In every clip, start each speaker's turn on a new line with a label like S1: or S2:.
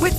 S1: With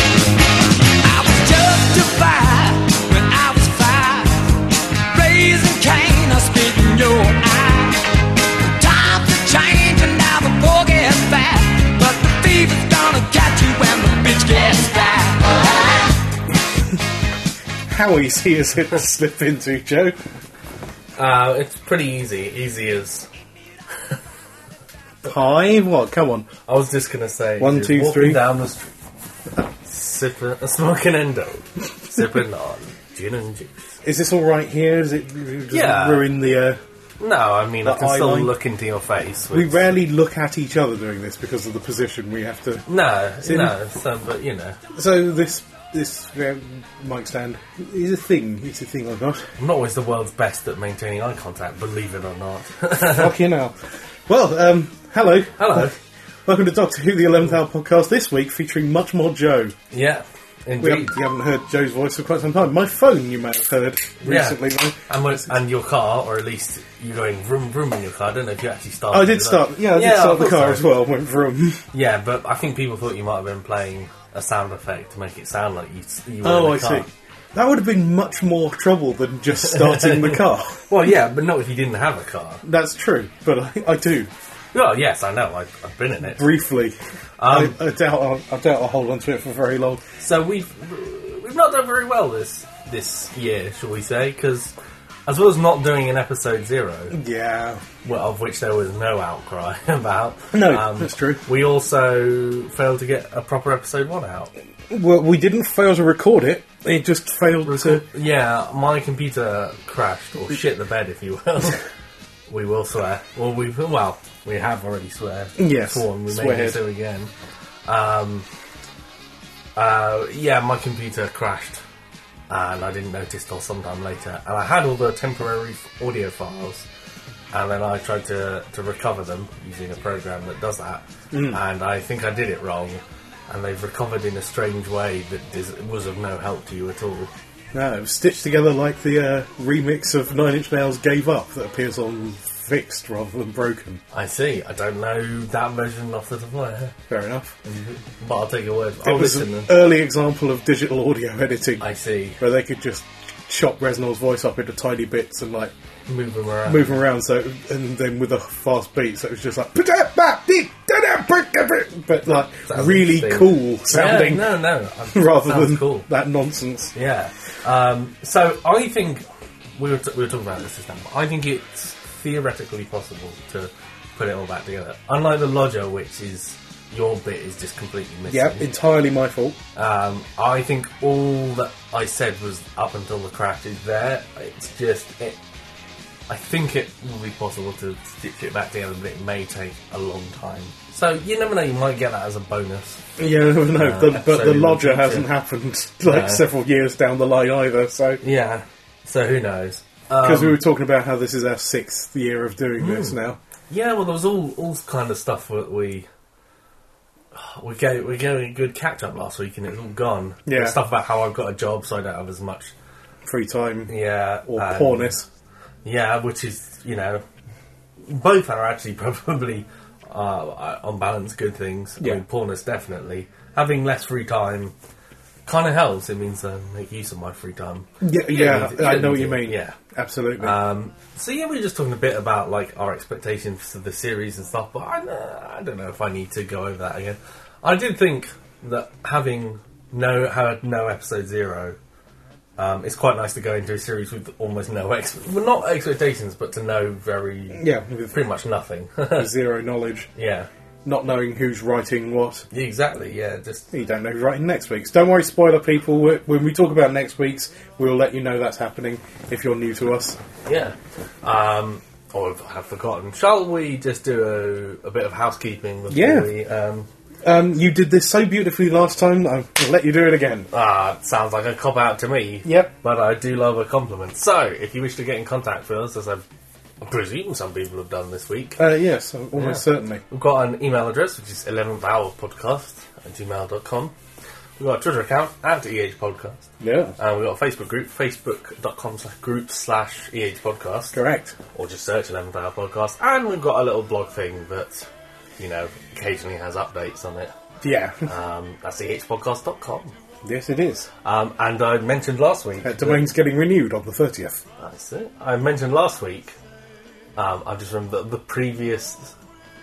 S2: I was justified when I was five, raising Cain, I spit in your eye. Times are changing, now the poor gets fat, but the fever's gonna catch you when the bitch gets fat.
S3: How easy is it to slip into, Joe?
S4: Uh, it's pretty easy. Easy as
S3: Pie? What? Come on.
S4: I was just gonna say.
S3: One,
S4: you're
S3: two,
S4: walking
S3: three.
S4: down the street, sipping, smoking endo, sipping on gin and juice.
S3: Is this all right here? Is it does
S4: Yeah.
S3: it ruin the? Uh,
S4: No, I mean I
S3: The
S4: can
S3: eye
S4: still
S3: line?
S4: look into your face.
S3: we
S4: which-
S3: rarely look at each other during this because of the position we have to.
S4: No,
S3: See?
S4: no. So, but you know,
S3: So this this uh, mic stand is a thing. It's a thing I've got.
S4: I'm not always the world's best at maintaining eye contact. Believe it or not.
S3: Fucking hell. Well, um, hello.
S4: Hello.
S3: Welcome to Doctor Who, the eleventh hour podcast. This week featuring much more Joe.
S4: yeah,
S3: We
S4: indeed.
S3: haven't, you haven't heard Joe's voice for quite some time. My phone, you may have heard recently.
S4: Yeah.
S3: though.
S4: And, when, and your car, or at least you going vroom vroom in your car. I don't know if you actually started.
S3: Oh, I did
S4: it up.
S3: start. Yeah, I did start the
S4: thought
S3: car
S4: so.
S3: as well. Went vroom.
S4: Yeah, but I think people thought you might have been playing a sound effect to make it sound like you. you were
S3: Oh, I
S4: in the car.
S3: see. That would have been much more trouble than just starting the car.
S4: Well, yeah, but not if you didn't have a car.
S3: That's true, but I, I do
S4: Well, yes, I know. I, I've been in it.
S3: briefly.
S4: Um,
S3: I, I doubt I'll, I doubt I'll hold on to it for very long.
S4: So we've we've not done very well this this year, shall we say? Because as well as not doing an episode zero,
S3: Yeah,
S4: well, of which there was no outcry about. um,
S3: No, that's true.
S4: We also failed to get a proper episode one out.
S3: well, we didn't fail to record it; it just failed to.
S4: Yeah, my computer crashed or shit the bed, if you will. we will swear. Well, we well we have already swear.
S3: Yes,
S4: sworn. We may do
S3: sweared.
S4: so again. Um, uh, yeah, my computer crashed, and I didn't notice till sometime later. And I had all the temporary f- audio files, and then I tried to to recover them using a program that does that.
S3: Mm.
S4: And I think I did it wrong. And they've recovered in a strange way that dis- was of no help to you at all.
S3: No, it was stitched together like the uh, remix of Nine Inch Nails "Gave Up" that appears on "Fixed" rather than "Broken."
S4: I see. I don't know that version off the top of my head,
S3: Fair enough.
S4: but I'll take your word.
S3: It
S4: I'll
S3: was
S4: listen.
S3: an
S4: and-
S3: early example of digital audio editing,
S4: I see.
S3: where they could just chop Reznor's voice up into tiny bits and like
S4: Move them around.
S3: moving around. So and then with a fast beat, so it was just like but like
S4: Sounds
S3: really
S4: interesting.
S3: cool
S4: Yeah,
S3: sounding
S4: no, no. I-
S3: rather
S4: sounds
S3: than
S4: cool.
S3: that nonsense.
S4: Yeah. Um, so I think we were, t- we were talking about this just now. but I think it's theoretically possible to put it all back together. Unlike the lodger, which is your bit is just completely missing.
S3: Yep, entirely my fault.
S4: Um, I think all that I said was up until the crash is there. It's just it. I think it will be possible to stitch it back together, but it may take a long time. So you never know. You might get that as a bonus.
S3: Yeah, no, no,
S4: Uh,
S3: the, but the
S4: absolutely
S3: lodger
S4: not,
S3: hasn't
S4: yeah.
S3: happened like
S4: No.
S3: several years down the line either. So
S4: Yeah. So who knows? Uh,
S3: because we were talking about how this is our sixth year of doing
S4: Hmm.
S3: this now.
S4: Yeah. Well, there was all all kind of stuff that we. We gave we gave a good catch up last week and it's all gone.
S3: Yeah.
S4: There's stuff about how I've got a job, so I don't have as much. um,
S3: Free time
S4: Yeah,
S3: or
S4: and-
S3: poorness.
S4: Yeah, which is you know, both are actually probably uh, on balance good things.
S3: Yeah.
S4: I mean, poorness definitely having less free time kind of helps. It means I make use of my free time.
S3: Yeah, yeah,
S4: you
S3: I
S4: don't
S3: know what
S4: need
S3: you
S4: it,
S3: mean.
S4: yeah.
S3: absolutely.
S4: Um, so yeah, we were just talking a bit about like our expectations for the series and stuff, but I, uh, I don't know if I need to go over that again. I did think that having no had no episode zero, um, it's quite nice to go into a series with almost no ex- well, not expectations, but to know very
S3: Yeah, with-
S4: pretty much nothing.
S3: Zero knowledge.
S4: yeah,
S3: not knowing who's writing what.
S4: Yeah, exactly. Yeah, just
S3: You don't know who's writing next week's. Don't worry, spoiler people. we- When we talk about next week's, we'll let you know that's happening if you're new to us.
S4: yeah. Um, or if I have forgotten. Shall we just do a, a bit of housekeeping before
S3: Yeah.
S4: we? Um,
S3: Um, you did this so beautifully last time. I'll let you do it again.
S4: Ah, sounds like a cop out to me.
S3: Yep.
S4: But I do love a compliment. So, if you wish to get in contact with us, as I presume some people have done this week,
S3: Uh, yes, almost certainly.
S4: we've got an email address, which is 11th hour podcast at gmail.com. We've got a Twitter account at EH Podcast.
S3: Yeah,
S4: And we've got a Facebook group, facebook.com slash group slash EH Podcast.
S3: correct.
S4: Or just search 11th hour podcast. And we've got a little blog thing that, you know, occasionally has updates on it.
S3: Yeah,
S4: Um, that's ehpodcast.com.
S3: yes, it is.
S4: Um, and I mentioned last week.
S3: Uh,
S4: that-
S3: domain's getting renewed on the thirtieth.
S4: That's it. I mentioned last week. Um, I just remember the previous.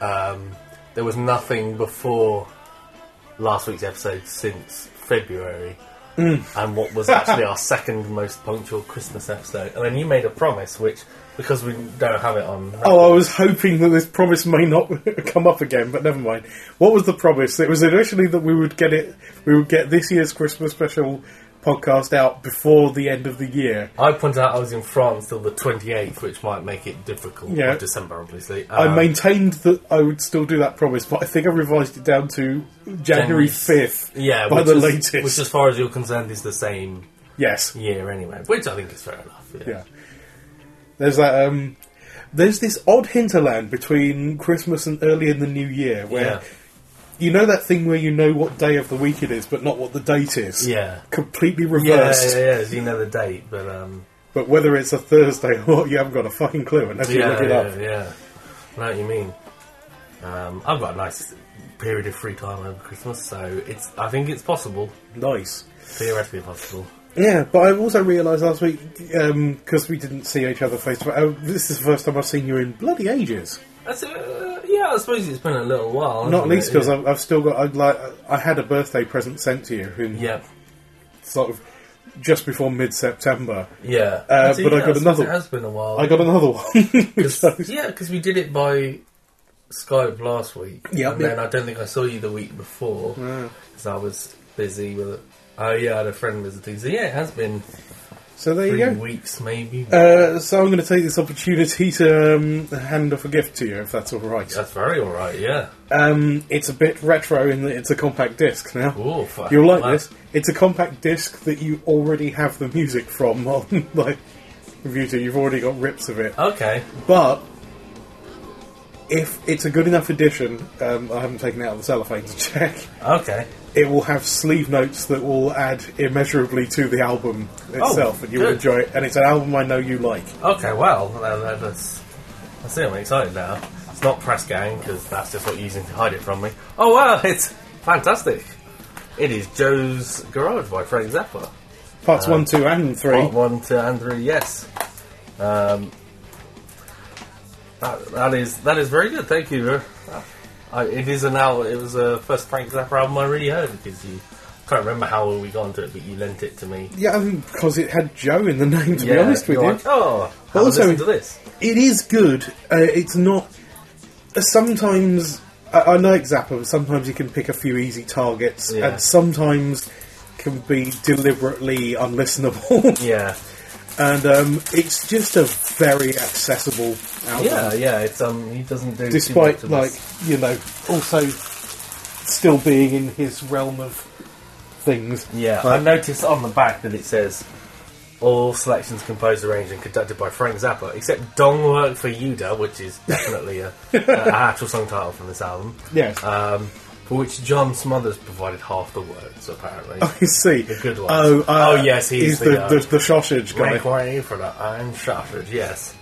S4: Um, there was nothing before last week's episode since February,
S3: Mm.
S4: and what was actually our second most punctual Christmas episode. And then you made a promise, which because we don't have it on.
S3: Oh, I was hoping that this promise may not come up again, but never mind. What was the promise? It was initially that we would get it. We would get this year's Christmas special podcast out before the end of the year.
S4: I pointed out I was in France till the twenty eighth, which might make it difficult.
S3: Yeah.
S4: of December, obviously.
S3: I
S4: Um,
S3: maintained that I would still do that promise, but I think I revised it down to January fifth.
S4: Yeah,
S3: by
S4: which
S3: the
S4: is-
S3: latest.
S4: Which, as far as you're concerned, is the same
S3: yes,
S4: year anyway. Which I think is fair enough.
S3: Yeah. There's that. Um, there's this odd hinterland between Christmas and early in the new year where
S4: Yeah.
S3: you know that thing where you know what day of the week it is, but not what the date is.
S4: Yeah.
S3: Completely
S4: Yeah,
S3: reversed.
S4: yeah, yeah, so you know the date, but um,
S3: But whether it's a Thursday or what, you haven't got a fucking clue unless you
S4: yeah,
S3: look it
S4: yeah,
S3: up.
S4: yeah. I know what you mean. Um, I've got a nice period of free time over Christmas, so it's. I think it's possible,
S3: Nice.
S4: theoretically possible.
S3: Yeah, but I also realised last week because we didn't see each other face to face. oh, This is the first time I've seen you in bloody ages.
S4: That's uh, yeah. I suppose it's been a little while.
S3: Not
S4: hasn't
S3: least
S4: it?
S3: because
S4: Oh, Yeah.
S3: I've, I've still got. I'd like. I had a birthday present sent to you in
S4: yeah,
S3: sort of just before mid-September.
S4: yeah.
S3: Uh,
S4: So,
S3: but I
S4: yeah,
S3: got
S4: suppose
S3: another-
S4: It has been a while.
S3: I got another one.
S4: Cause,
S3: So-
S4: yeah, because we did it by Skype last week.
S3: Yep, yep. Ah.
S4: and then I don't think I saw you the week before because I was busy with. Oh yeah, I had a friend visiting. So yeah, it has been
S3: so there you
S4: three
S3: go.
S4: weeks maybe.
S3: Uh, so I'm going to take this opportunity to um, hand off a gift to you, if that's all right.
S4: That's very alright, yeah.
S3: Um, it's a bit retro in that it's a compact disc now.
S4: Ooh, fuck.
S3: You'll like
S4: Wow.
S3: this. It's a compact disc that you already have the music from on like computer. You've already got rips of it.
S4: Okay.
S3: But if it's a good enough edition, um, I haven't taken it out of the cellophane to check.
S4: Okay.
S3: It will have sleeve notes that will add immeasurably to the album itself, and you'll
S4: Oh, good.
S3: enjoy it. And it's an album I know you like.
S4: Okay, well, that- that- that's. I see, I'm excited now. It's not press gang, because that's just what you're using to hide it from me. Oh, wow, it's fantastic. It is Joe's Garage by Frank Zappa. Uh,
S3: Parts one, two, and three.
S4: Part one to Andrew, yes. Um, that, that is that is very good. Thank you. Uh, I, it is an album. It was the first Frank Zappa album I really heard because you can't remember how we got onto it, but you lent it to me.
S3: Yeah, I think because it had Joe in the name. To be honest with
S4: you're
S3: you,
S4: like, oh, have
S3: also-
S4: a listen to this.
S3: it is good. Uh, it's not. uh, Sometimes I, I like Zappa, but sometimes he can pick a few easy targets,
S4: Yeah.
S3: and sometimes can be deliberately unlistenable.
S4: Yeah,
S3: and um, it's just a very accessible album.
S4: yeah, yeah. It's um, he doesn't do
S3: despite
S4: too much of
S3: like
S4: this.
S3: you know also still being in his realm of things. uh,
S4: Yeah, I
S3: Like,
S4: noticed on the back that it says all selections composed, arranged, and conducted by Frank Zappa, except "Dong Work for Yuda," which is definitely a, a- an actual song title from this album.
S3: Yes.
S4: um, for which John Smothers provided half the words, apparently.
S3: I see.
S4: The good ones.
S3: Oh, uh,
S4: Oh, yes, he's
S3: he's
S4: the,
S3: the,
S4: uh,
S3: the, the sausage guy.
S4: Make way for the iron sausage. Yes,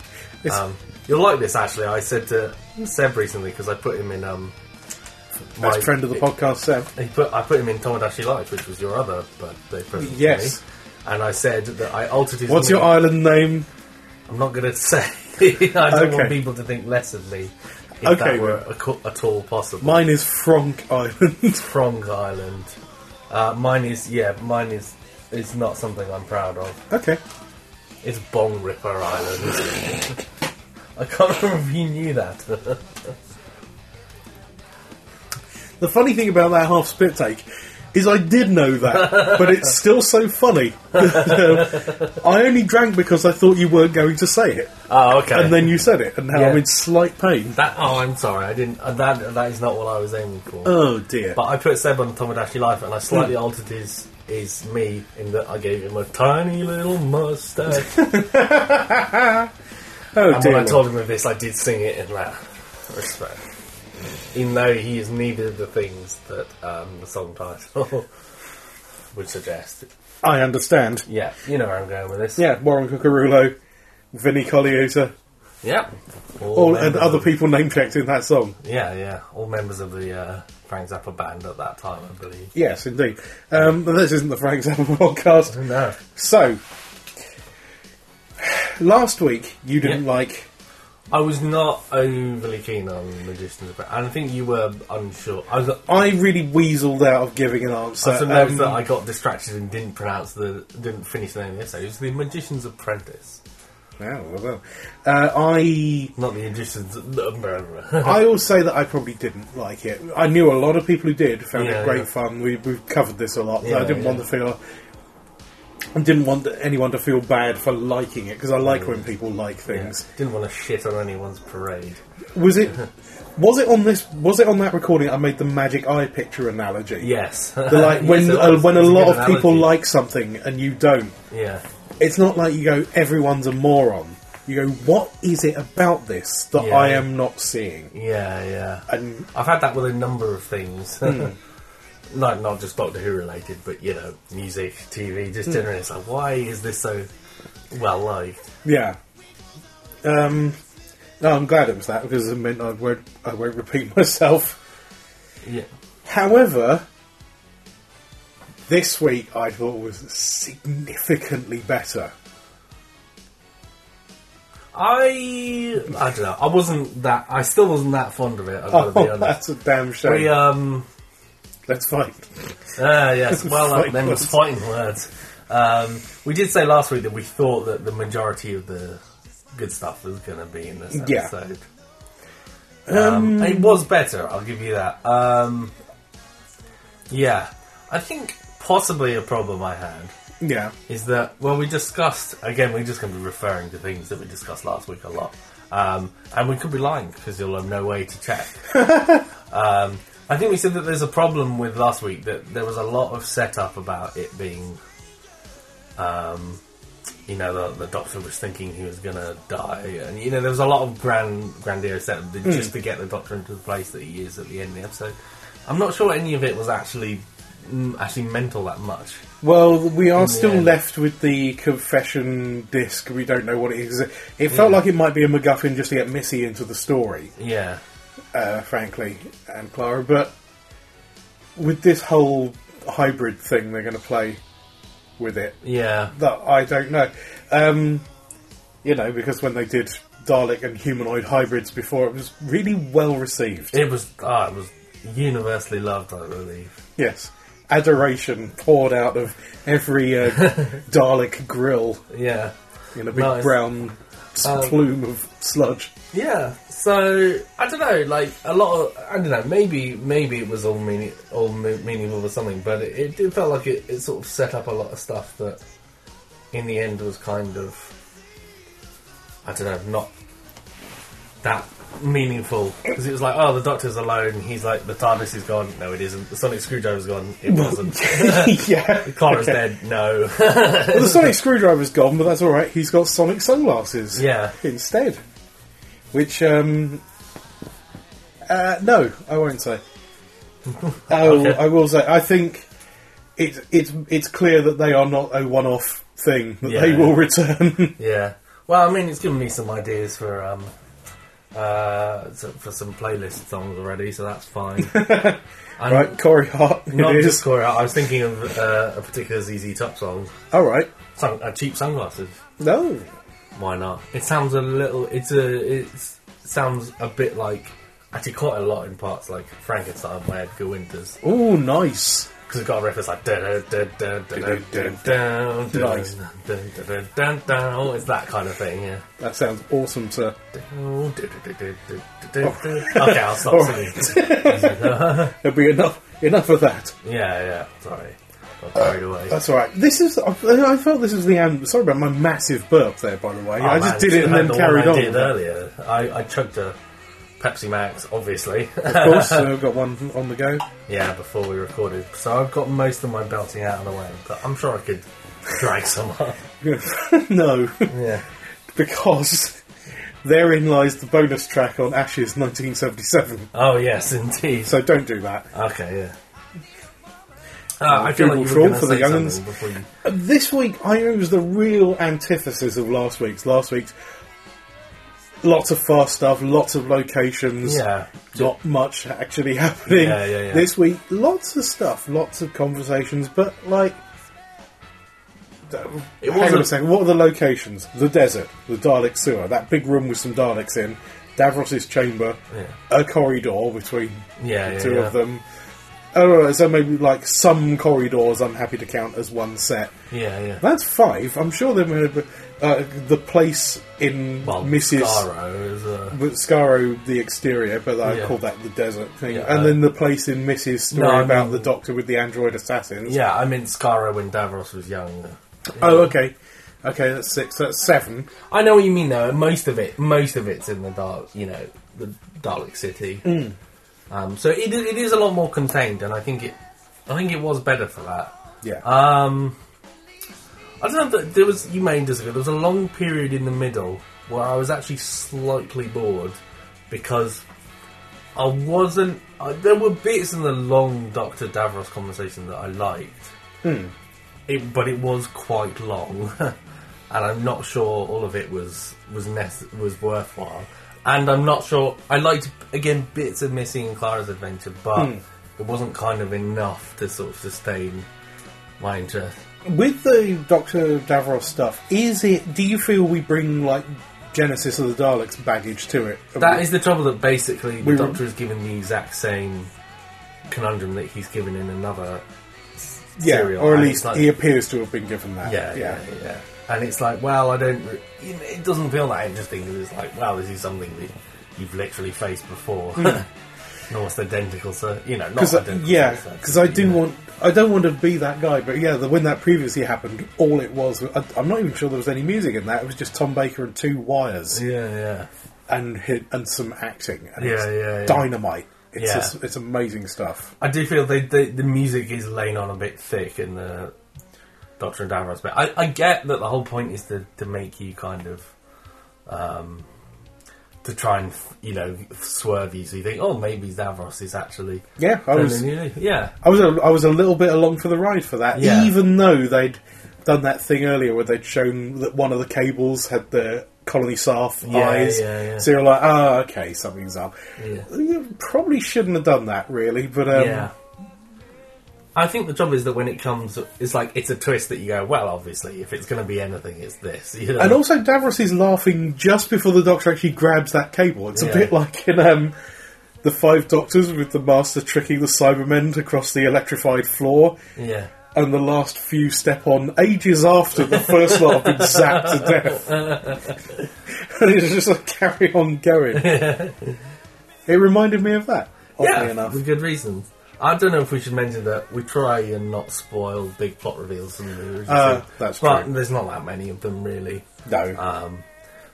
S3: It's-
S4: um, you'll like this. Actually, I said to Seb recently because I put him in um,
S3: Best friend of the podcast, Seb.
S4: He put, I put him in Tomodachi Life, which was your other birthday present. to
S3: Yes.
S4: me, And I said that I altered his.
S3: What's
S4: name.
S3: your island name?
S4: I'm not going to say. I don't
S3: Okay.
S4: want people to think less of me. If
S3: Okay,
S4: that were
S3: then.
S4: a co- at all possible.
S3: Mine is Fronk Island.
S4: Prong Island. Uh, mine is yeah. Mine is is not something I'm proud of.
S3: okay.
S4: It's Bong Ripper Island. I can't remember if you knew that.
S3: The funny thing about that half spit take is I did know that, but it's still so funny. Um, I only drank because I thought you weren't going to say it,
S4: Oh, okay.
S3: and then you said it, and now
S4: Yeah.
S3: I'm in slight pain.
S4: that. Oh, I'm sorry. I didn't. uh, That that is not what I was aiming for.
S3: Oh dear.
S4: But I put Seb on Tomodachi Life, and I slightly
S3: Hmm.
S4: altered his his me in that I gave him a tiny little mustache. and
S3: oh
S4: when I
S3: dear.
S4: told him of this, I did sing it in that respect. Even though he is neither of the things that um, the song title would suggest.
S3: I understand.
S4: Yeah, you know where I'm going with this.
S3: Yeah, Warren Cucurulo, Vinnie Colaiuta,
S4: Yeah. All,
S3: all and
S4: members
S3: other
S4: of the-
S3: people name checked in that song.
S4: Yeah, yeah. All members of the uh, Frank Zappa band at that time, I believe.
S3: Yes, indeed. Um, but this isn't the Frank Zappa podcast.
S4: No.
S3: So, last week you didn't
S4: Yeah.
S3: like.
S4: I was not overly keen on Magicians of Prague, and I think you were unsure. I was,
S3: I really weaseled out of giving an answer.
S4: I suppose
S3: Um,
S4: that I got distracted and didn't pronounce the didn't finish the name of the essay. It was the Magician's Apprentice,
S3: well, well, well. Uh, I
S4: not the Magician's.
S3: I will say that I probably didn't like it. I knew a lot of people who did found
S4: Yeah,
S3: it great
S4: yeah.
S3: fun. We, we've covered this a lot. so I
S4: Yeah,
S3: didn't want
S4: yeah.
S3: to feel. I didn't want anyone to feel bad for liking it because I like when people like
S4: Yeah.
S3: things.
S4: Didn't want to shit on anyone's parade.
S3: Was it? Was it on this? Was it on that recording? I made the magic eye picture analogy.
S4: Yes,
S3: The, like when
S4: Yes, it
S3: uh,
S4: was.
S3: when a
S4: It's
S3: lot
S4: good
S3: of people
S4: analogy.
S3: like something and you don't,
S4: yeah,
S3: it's not like you go everyone's a moron. You go, what is it about this that
S4: Yeah.
S3: I am not seeing?
S4: yeah, yeah.
S3: And Hmm.
S4: I've had that with a number of things. Like not just Doctor Who related, but you know, music, TV,
S3: Hmm.
S4: just generally. It's like, why is this so well liked?
S3: yeah, um, no, I'm glad it was that because it meant I won't I won't repeat myself.
S4: Yeah,
S3: However, this week I thought was significantly better.
S4: I I don't know. I wasn't that. I still wasn't that fond of it. I've got to be
S3: Oh,
S4: honest.
S3: that's a damn shame.
S4: We um.
S3: Let's fight.
S4: Ah, yes. Well, uh,
S3: Fighting
S4: them was
S3: words.
S4: fighting words. Um, we did say last week that we thought that the majority of the good stuff was going to be in this
S3: Yeah.
S4: episode. Um, it was better, I'll give you that. Um, yeah. I think possibly a problem I had
S3: Yeah,
S4: is that well we discussed again we're just going to be referring to things that we discussed last week a lot um, and we could be lying because you'll have no way to check um, i think we said that there's a problem with last week that there was a lot of setup about it being um, you know the, the doctor was thinking he was going to die and you know there was a lot of grand grandiose setup that- just to get the doctor into the place that he is at the end of the episode i'm not sure any of it was actually mm, actually mental that much
S3: Well, we are still
S4: Yeah.
S3: left with the confession disc. We don't know what it is. It felt like it might be a MacGuffin just to get Missy into the story,
S4: yeah
S3: uh, frankly, and Clara. But with this whole hybrid thing they're going to play with it,
S4: yeah
S3: that I don't know. Um, you know, because when they did Dalek and humanoid hybrids before, it was really well received.
S4: It was ah, it was universally loved, I believe.
S3: Yes. Adoration poured out of every uh, Dalek grill.
S4: Yeah,
S3: in a big
S4: Nice.
S3: brown s- plume of sludge.
S4: yeah. So I don't know, like a lot of I don't know. Maybe maybe it was all meaning all me- meaningful or something, but it, it did felt like it, it sort of set up a lot of stuff that in the end was kind of I don't know, not that meaningful because it was like oh the doctor's alone he's like the TARDIS is gone no it isn't the sonic screwdriver's gone it wasn't
S3: yeah.
S4: Clara's dead no
S3: Well, the sonic screwdriver's gone, but that's all right. He's got sonic sunglasses.
S4: Yeah.
S3: Instead, which um, uh, no, I won't say. I will,
S4: Okay.
S3: I will say. I think it's it's it's clear that they are not a one-off thing. That they
S4: Yeah.
S3: will return.
S4: Yeah. Well, I mean, it's given me some ideas for um, uh, so- for some playlist songs already, so that's fine. And
S3: right, Corey Hart. It
S4: Mm. Not
S3: is
S4: just Cora. I was thinking of uh, a particular ZZ Top song,
S3: all right.
S4: Sun- uh, "Cheap Sunglasses."
S3: No,
S4: Why not? It sounds a little. It's a. It's sounds a bit like actually quite a lot in parts like Frankenstein by Edgar Winters.
S3: oh, nice.
S4: because we've got a riff that's like.
S3: Nice.
S4: It's that kind of thing, yeah.
S3: That sounds awesome, sir.
S4: Okay, Oh. I'll stop singing.
S3: There'll be enough enough of that.
S4: Yeah, yeah, sorry. Got carried away.
S3: Uh, That's all right. This is. I, I felt this was the end. Sorry about my massive burp there. By the way,
S4: Oh,
S3: I just
S4: man,
S3: did it and
S4: heard
S3: then
S4: the
S3: carried
S4: one
S3: on.
S4: I did earlier. I, I chugged a Pepsi Max, obviously.
S3: Of course, so I've got one on the go.
S4: yeah, before we recorded. So I've got most of my belting out of the way, but I'm sure I could drag some up.
S3: no,
S4: Yeah.
S3: because therein lies the bonus track on Ashes 1977.
S4: Oh yes, indeed.
S3: So don't do that.
S4: okay, yeah. Ah, I feel like you
S3: Google Chrome
S4: were going
S3: for
S4: to
S3: the
S4: say
S3: young'uns.
S4: something before you.
S3: This week, I was the real antithesis of last week's. Last week's lots of fast stuff, lots of locations.
S4: Yeah.
S3: Not much actually happening
S4: Yeah, yeah, yeah.
S3: this week. Lots of stuff, lots of conversations, but like.
S4: It
S3: Hang on a
S4: wasn't-
S3: second. What are the locations? The desert, the Dalek sewer, that big room with some Daleks in, Davros's chamber, a corridor between
S4: Yeah,
S3: the
S4: yeah,
S3: two
S4: yeah.
S3: of them. Oh, so maybe like some corridors. I'm happy to count as one set.
S4: Yeah, yeah.
S3: That's five. I'm sure they were uh, the place in
S4: well,
S3: Mrs.
S4: Scaro is a.
S3: with Scaro, the exterior, but I
S4: Yeah.
S3: call that the desert thing.
S4: Yeah,
S3: and
S4: uh,
S3: then the place in Mrs. Story
S4: No, I
S3: about
S4: mean-
S3: the doctor with the android assassins.
S4: Yeah, I meant Scaro when Davros was young.
S3: Oh, okay. Okay, that's six. That's seven.
S4: I know what you mean though. Most of it, most of it's in the dark, you know, the Dalek City. Um, so it, i- it is a lot more contained, and I think it, I think it was better for that.
S3: Yeah.
S4: Um, I don't know. If there was you may disagree. There was a long period in the middle where I was actually slightly bored because I wasn't. I, there were bits in the long Doctor Davros conversation that I liked, it, but it was quite long, and I'm not sure all of it was was nece- was worthwhile. And I'm not sure. I liked again bits of Missy and Clara's adventure, but it wasn't kind of enough to sort of sustain my interest.
S3: with the Doctor Davros stuff, is it? Do you feel we bring like Genesis of the Daleks baggage to it?
S4: That is the trouble that basically the
S3: We were-
S4: Doctor is given the exact same conundrum that he's given in another
S3: yeah,
S4: serial,
S3: or at
S4: and
S3: least
S4: it's like-
S3: he appears to have been given that.
S4: Yeah, yeah, yeah, And it's like, well, I don't. re- you know, It doesn't feel that interesting 'cause it's like, well, this is something that you've literally faced before. Almost identical, so you know, not
S3: Cause, I-
S4: identical.
S3: Mm. uh, yeah,
S4: circumstances,
S3: because I
S4: but, you
S3: do
S4: know.
S3: want. I don't want to be that guy, but yeah, the, when that previously happened, all it was. I, I'm not even sure there was any music in that. It was just Tom Baker and two wires
S4: Yeah, yeah,
S3: and hit, and some acting. And
S4: Yeah,
S3: it's
S4: yeah, yeah.
S3: dynamite. It's,
S4: Yeah.
S3: just- it's amazing stuff.
S4: I do feel they, they, the music is laying on a bit thick in the Doctor and Davros bit. I, I get that the whole point is to, to make you kind of. Um, to try and you know swerve you, so you think, oh, maybe Davros is actually
S3: Yeah, I was-
S4: yeah,
S3: I was a, I was a little bit along for the ride for that,
S4: Yeah.
S3: even though they'd done that thing earlier where they'd shown that one of the cables had the colony sarf
S4: Yeah,
S3: eyes.
S4: yeah, yeah.
S3: So you're like, oh, okay, something's up.
S4: Yeah.
S3: You probably shouldn't have done that, really, but um,
S4: yeah. I think the trouble is that when it comes, it's like it's a twist that you go, well, obviously, if it's going to be anything, it's this. You know?
S3: And also, Davros is laughing just before the Doctor actually grabs that cable. It's a
S4: Yeah.
S3: bit like in um, the Five Doctors with the Master tricking the Cybermen across the electrified floor,
S4: yeah,
S3: and the last few step on ages after the first lot have been zapped to death. and it's just like carry on going. it reminded me of that, oddly
S4: yeah,
S3: enough.
S4: with good reasons. I don't know if we should mention that we try and not spoil big plot reveals from the original.
S3: Uh,
S4: series.
S3: that's
S4: but
S3: true.
S4: there's not that many of them really.
S3: No.
S4: Um,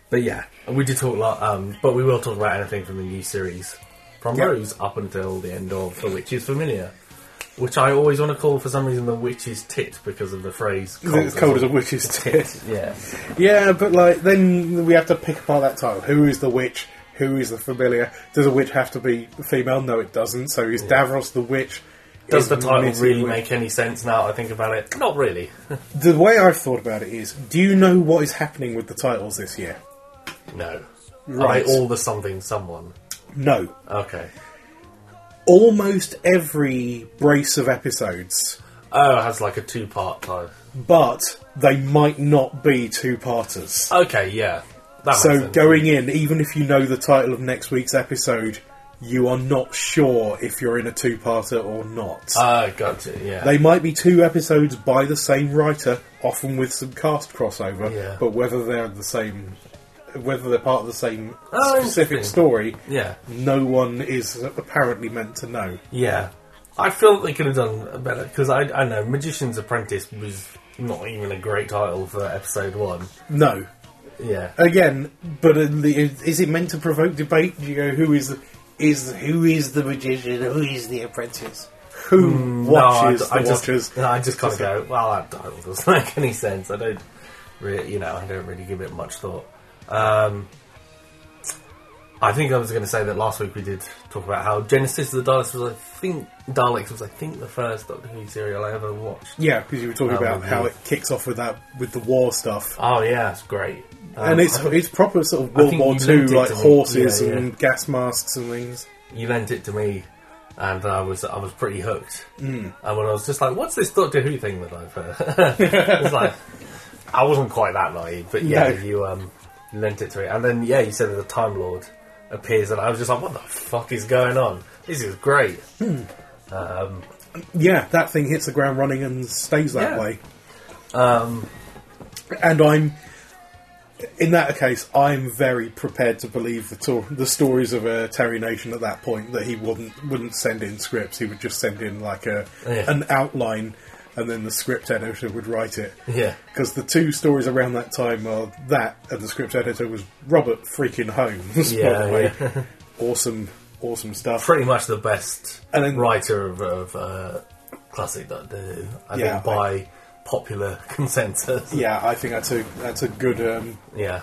S4: but yeah, we did talk a lot. Um, but we will talk about anything from the new series, from
S3: Yeah.
S4: Rose up until the end of The Witch is Familiar, which I always want to call for some reason The Witch's Tit because of the phrase
S3: it's cold as a witch's tit.
S4: Yeah.
S3: Yeah, but like then we have to pick apart that title. Who is the witch? Who is the familiar? Does a witch have to be female? No, it doesn't. So is Davros the witch?
S4: Does
S3: Is
S4: the title
S3: Missy
S4: really
S3: the witch?
S4: make any sense now that I think about it? Not really.
S3: The way I've thought about it is: Do you know what is happening with the titles this year?
S4: no.
S3: Right.
S4: Are they all the something someone?
S3: No.
S4: Okay.
S3: Almost every brace of episodes,
S4: Oh, it has like a two part title.
S3: but they might not be two-parters.
S4: Okay, yeah. That makes
S3: So
S4: sense.
S3: going in, even if you know the title of next week's episode, you are not sure if you're in a two-parter or not.
S4: Ah, gotcha. Yeah.
S3: They might be two episodes by the same writer, often with some cast crossover,
S4: Yeah.
S3: but whether they're the same, whether they're part of the same
S4: Oh,
S3: specific
S4: interesting.
S3: story,
S4: yeah.
S3: no one is apparently meant to know.
S4: Yeah. I feel that they could have done better because I, I know Magician's Apprentice was not even a great title for episode one.
S3: No.
S4: Yeah.
S3: Again, but in the, is it meant to provoke debate? You go, who is the, is who is the magician? Who is the apprentice? Who watches
S4: Hmm, no, I,
S3: the
S4: I just,
S3: watchers?
S4: no, I just kind of go, well, that title doesn't make any sense. I don't really, you know, I don't really give it much thought. Um, I think I was going to say that last week we did talk about how Genesis of the Daleks was, I think, Daleks was, I think, the first Doctor Who serial I ever watched.
S3: Yeah, because you were talking
S4: Oh,
S3: about how
S4: yeah.
S3: it kicks off with that with the war stuff.
S4: Oh yeah, it's great. Um,
S3: and it's it's proper sort of
S4: I
S3: World
S4: think
S3: War
S4: you
S3: Two
S4: linked it
S3: like
S4: to me.
S3: horses
S4: Yeah, yeah.
S3: and gas masks and things.
S4: you lent it to me, and I was I was pretty hooked.
S3: Hmm.
S4: Mm. And when I was just like, "What's this Doctor Who thing that I've heard?" it's like I wasn't quite that naive, but yeah,
S3: No.
S4: you um lent it to me, and then yeah, you said that the Time Lord appears, and I was just like, "What the fuck is going on? This is great."
S3: Yeah, that thing hits the ground running and stays that
S4: Yeah.
S3: way. Um, and I'm in that case, I'm very prepared to believe the tor- the stories of uh, Terry Nation at that point that he wouldn't wouldn't send in scripts. He would just send in like a
S4: Yeah.
S3: an outline, and then the script editor would write it.
S4: Yeah.
S3: Because the two stories around that time are that, and the script editor was Robert freaking Holmes. by
S4: Yeah,
S3: the way, awesome, awesome stuff.
S4: Pretty much the best
S3: And then-
S4: writer of, of uh, classic Doctor Who, I
S3: Yeah,
S4: think, by popular consensus.
S3: yeah, I think that's a that's a good. Um,
S4: yeah.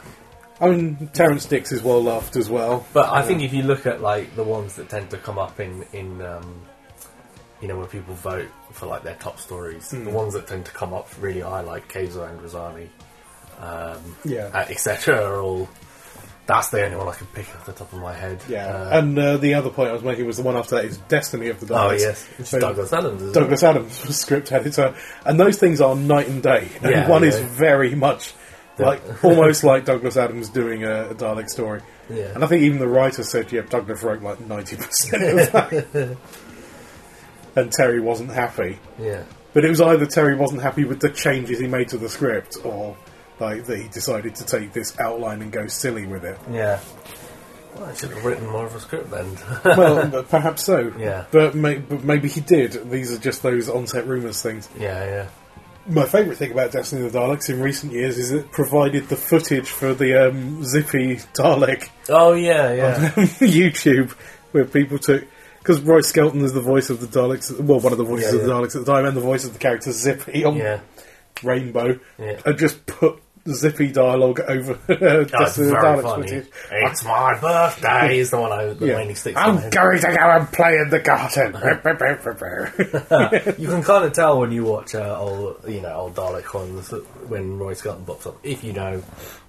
S3: I mean, Terence Dix is well loved as well.
S4: But I think if you look at like the ones that tend to come up in in um, you know where people vote for like their top stories,
S3: Hmm.
S4: the ones that tend to come up really high, like Kaiser and Rosani,
S3: Yeah,
S4: uh, etc., are all. That's the only one I can pick off the top of my head.
S3: yeah.
S4: Uh,
S3: and uh, the other point I was making was the one after that is Destiny of the
S4: oh
S3: Daleks.
S4: yes, it's
S3: So
S4: Douglas Adams. isn't
S3: Douglas Adams was script editor, and those things are night and day. And
S4: Yeah,
S3: one is
S4: yeah.
S3: very much like almost like Douglas Adams doing a, a Dalek story.
S4: Yeah.
S3: And I think even the writer said, "Yeah, Douglas wrote like ninety percent of that," and Terry wasn't happy.
S4: it? Yeah.
S3: But it was either Terry wasn't happy with the changes he made to the script, or like that he decided to take this outline and go silly with it.
S4: Yeah. Well, I should have written more of a script then.
S3: well, but perhaps so.
S4: Yeah.
S3: But, may- but maybe he did. These are just those on-set rumours things.
S4: yeah, yeah.
S3: My favourite thing about Destiny of the Daleks in recent years is it provided the footage for the um, Zippy Dalek
S4: Oh yeah, yeah.
S3: YouTube, where people took... Because Roy Skelton is the voice of the Daleks, well, one of the voices
S4: Yeah,
S3: of the
S4: yeah.
S3: Daleks at the time, and the voice of the character Zippy on
S4: yeah.
S3: Rainbow,
S4: Yeah.
S3: and just put zippy dialogue over
S4: Oh, it's
S3: Destiny of the
S4: very
S3: Daleks
S4: funny.
S3: footage.
S4: It's my birthday is the one I the
S3: Yeah.
S4: mainly sticks. in my
S3: I'm
S4: head.
S3: going to go and play in the garden.
S4: You can kind of tell when you watch uh, old, you know, old Dalek ones that- when Roy Skelton pops up, if you know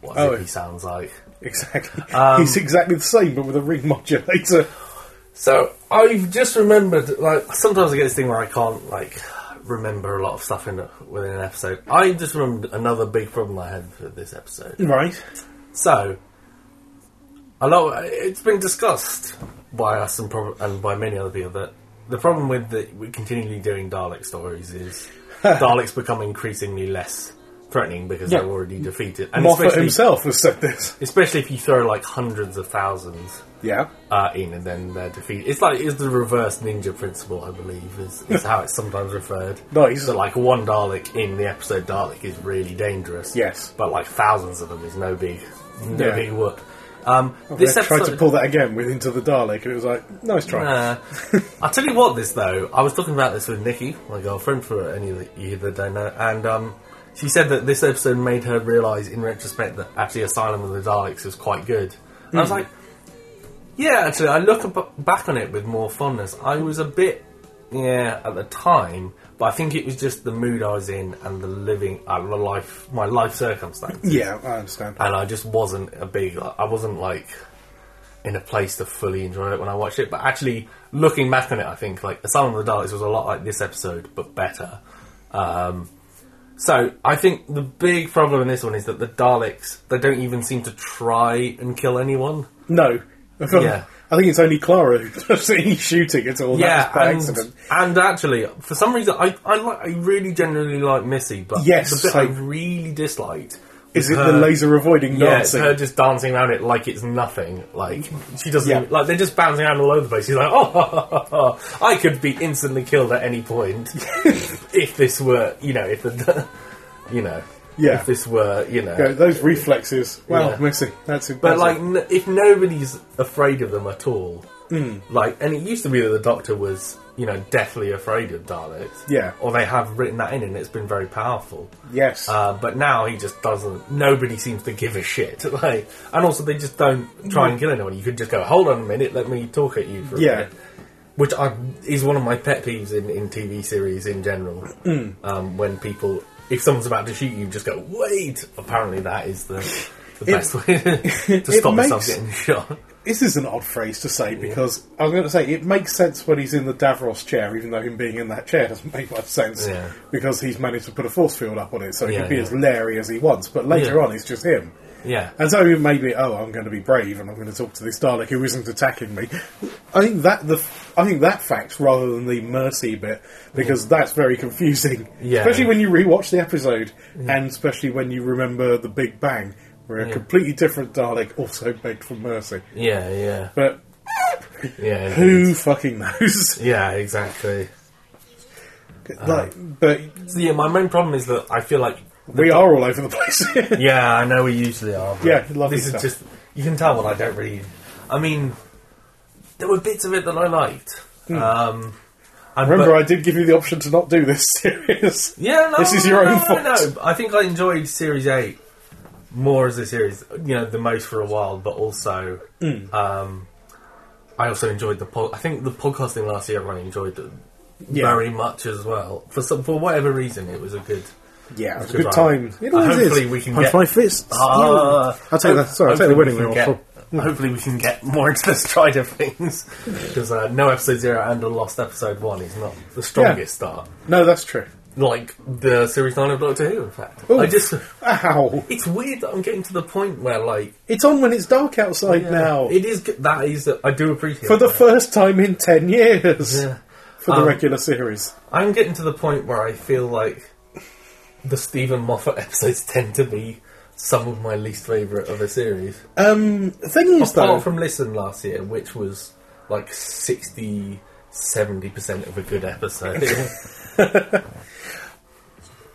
S4: what
S3: Oh,
S4: Zippy
S3: it-
S4: sounds like.
S3: Exactly.
S4: Um,
S3: He's exactly the same, but with a ring modulator.
S4: So I've just remembered. Like sometimes I get this thing where I can't like remember a lot of stuff in a, within an episode. I just remembered another big problem I had for this episode.
S3: Right.
S4: So, a lot. It's been discussed by us and, prob- and by many other people that the problem with the, with continually doing Dalek stories is Daleks become increasingly less threatening because
S3: Yeah.
S4: they're already defeated, and
S3: Moffat
S4: especially,
S3: himself has said this.
S4: especially if you throw like hundreds of thousands
S3: Yeah.
S4: uh, in and then they're defeated. It's like it's the reverse ninja principle, I believe, is, is how it's sometimes referred.
S3: Nice.
S4: So like one Dalek in the episode Dalek is really dangerous.
S3: Yes.
S4: But like thousands of them is no big, no
S3: Yeah.
S4: big whoop. Um,
S3: They
S4: this
S3: tried
S4: episode.
S3: to pull that again with Into the Dalek, and it was like, nice try.
S4: Nah. Uh, I'll tell you what, this though, I was talking about this with Nikki, my girlfriend, for any of you that don't know, and um, she said that this episode made her realise in retrospect that actually Asylum of the Daleks is quite good. And I was like, yeah, actually, I look ab- back on it with more fondness. I was a bit, yeah, at the time, but I think it was just the mood I was in and the living, uh, the life, my life circumstance
S3: Yeah, I understand.
S4: and I just wasn't a big. I wasn't like in a place to fully enjoy it when I watched it. But actually, looking back on it, I think like Asylum of the Daleks was a lot like this episode, but better. Um, so I think the big problem in this one is that the Daleks they don't even seem to try and kill anyone.
S3: No.
S4: Yeah.
S3: I think it's only Clara who does any shooting at all.
S4: yeah,
S3: That's by
S4: and,
S3: accident.
S4: and actually, for some reason, I I, like, I really generally like Missy, but
S3: Yes,
S4: the bit I
S3: same.
S4: really disliked
S3: Is it
S4: was
S3: the
S4: her-
S3: laser avoiding
S4: Yeah, it's
S3: dancing?
S4: her just dancing around it like it's nothing. Like she doesn't
S3: Yeah.
S4: even- like they're just bouncing around all over the place. She's like, oh, I could be instantly killed at any point if this were, you know, if the, you know,
S3: Yeah.
S4: if this were, you know,
S3: Yeah, those reflexes. Wow,
S4: Yeah.
S3: Missy, that's impressive.
S4: but like, n- if nobody's afraid of them at all,
S3: Hmm.
S4: like, and it used to be that the Doctor was, you know, deathly afraid of Daleks.
S3: Yeah.
S4: Or they have written that in, and it's been very powerful.
S3: yes,
S4: Uh, but now he just doesn't. Nobody seems to give a shit. Like, and also they just don't try and kill anyone. You could just go, hold on a minute, let me talk at you for a
S3: Yeah.
S4: minute. Which I, is one of my pet peeves in, in TV series in general.
S3: Mm.
S4: Um, when people, if someone's about to shoot you, just go, wait. Apparently, that is the, the best way to stop yourself
S3: makes-
S4: getting shot.
S3: this is an odd phrase to say because I was going to say it makes sense when he's in the Davros chair, even though him being in that chair doesn't make much sense
S4: Yeah.
S3: because he's managed to put a force field up on it, so he
S4: Yeah,
S3: can be
S4: yeah.
S3: as leery as he wants. But later
S4: Yeah.
S3: on, it's just him.
S4: Yeah.
S3: And so it may be, oh, I'm going to be brave and I'm going to talk to this Dalek who isn't attacking me. I think that the I think that fact rather than the mercy bit because that's very confusing,
S4: Mm. Yeah.
S3: especially when you rewatch the episode and especially when you remember the Big Bang, where a completely different Dalek also begged for mercy.
S4: Yeah, yeah.
S3: But
S4: Yeah.
S3: who fucking knows?
S4: Yeah, exactly.
S3: like, but
S4: So, yeah, my main problem is that I feel like
S3: we are all over the place.
S4: Yeah, I know we usually are. but
S3: Yeah, lovely
S4: This
S3: stuff.
S4: is just you can tell what I don't really. I mean, there were bits of it that I liked. Um, and-
S3: Hmm. Remember, I
S4: but-
S3: did give you the option to not do this series.
S4: yeah, no,
S3: this is your
S4: no,
S3: own
S4: no,
S3: fault.
S4: No, no. I think I enjoyed Series Eight more as a series, you know, the most for a while, but also,
S3: Hmm.
S4: um, I also enjoyed the. Po- I think the podcasting last year, everyone enjoyed it
S3: Yeah.
S4: very much as well. For some, for whatever reason, it was a good.
S3: Yeah, it was a
S4: Good
S3: good
S4: time.
S3: time. It always
S4: Hopefully
S3: is.
S4: we can
S3: Punch
S4: get-
S3: my fists.
S4: Ah,
S3: I'll take that. Sorry, I'll take the
S4: hopefully
S3: winning
S4: we
S3: wheel.
S4: can get- Hopefully, we can get more into this side of things because uh, no episode zero and a lost episode one is not the strongest start.
S3: no, that's true.
S4: Like the series nine of Doctor Who, in fact.
S3: Ooh.
S4: I just
S3: Ow!
S4: it's weird that I'm getting to the point where like
S3: It's on when it's dark outside now.
S4: it is good- that is I do appreciate
S3: for the
S4: that.
S3: first time in ten years
S4: Yeah.
S3: for the
S4: Um,
S3: regular series.
S4: I'm getting to the point where I feel like the Stephen Moffat episodes tend to be some of my least favourite of a series.
S3: Um, thing is, though,
S4: Apart from Listen last year, which was like 60, 70% of a good episode. 60,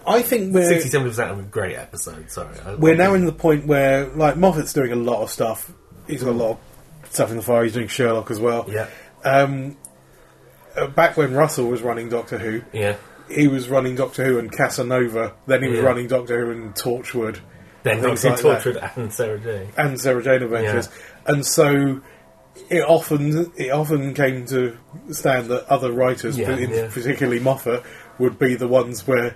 S3: I think we're
S4: 70% of a great episode, sorry. I-
S3: we're now in the point where like Moffat's doing a lot of stuff. He's got a lot of stuff in the fire. He's doing Sherlock as well.
S4: Yeah.
S3: Um, uh, back when Russell was running Doctor Who,
S4: Yeah.
S3: he was running Doctor Who and Casanova. Then he was
S4: Yeah.
S3: running Doctor Who and Torchwood.
S4: Then
S3: and things
S4: Doctor
S3: like that.
S4: Tortured and Sarah J.
S3: and Sarah Jane Adventures, and so it often it often came to stand that other writers,
S4: Yeah,
S3: but in-
S4: yeah.
S3: particularly Moffat, would be the ones where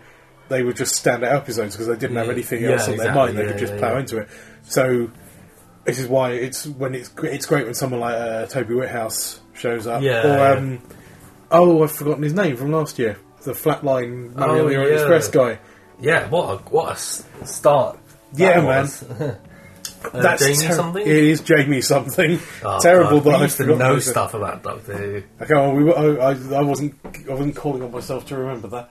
S3: they would just stand out episodes because they didn't have
S4: Yeah.
S3: anything
S4: Yeah,
S3: else on their
S4: exactly,
S3: mind. They
S4: yeah,
S3: could just
S4: yeah,
S3: plow
S4: yeah.
S3: into it. So this is why it's when it's gr- it's great when someone like uh, Toby Whithouse shows up,
S4: Yeah,
S3: or
S4: yeah.
S3: um, oh, I've forgotten his name from last year, the Flatline Mario
S4: Oh, yeah.
S3: Express guy.
S4: Yeah, what a, what a s- start. that
S3: Yeah,
S4: was. Oh, Uh, Jamie
S3: ter-
S4: something?
S3: It is Jamie something.
S4: Oh,
S3: Terrible,
S4: God,
S3: but
S4: we
S3: I
S4: used to
S3: forgot
S4: know
S3: his name.
S4: stuff about Doctor Who.
S3: Okay, well, we were, I, I, I wasn't I wasn't calling on myself to remember that.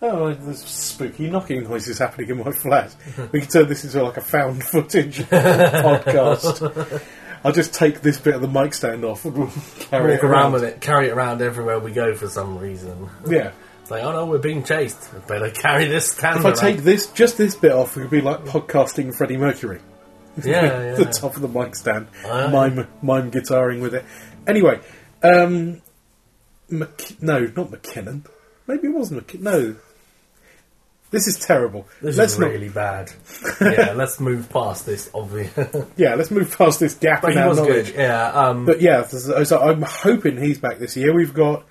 S3: Oh, there's spooky knocking noises happening in my flat. We could turn this into like a found footage podcast. I'll just take this bit of the mic stand off and we'll carry
S4: Walk
S3: it
S4: around with it, carry it around everywhere we go for some reason.
S3: Yeah.
S4: It's like, oh no, we're being chased. Better carry this stand
S3: If I
S4: around.
S3: take this, just this bit off, it would be like podcasting Freddie Mercury.
S4: yeah,
S3: the
S4: yeah.
S3: top of the mic stand,
S4: Aye.
S3: mime, mime guitaring with it. Anyway, um, Mc- no, not McKinnon. Maybe it was McKinnon. No, this is terrible.
S4: This
S3: let's
S4: is
S3: not.
S4: really bad. yeah, let's move past this obvious. but
S3: Yeah, let's move past this gap in
S4: he
S3: our
S4: was
S3: knowledge.
S4: good. Yeah. Um,
S3: But yeah, so so I'm hoping he's back this year. We've got.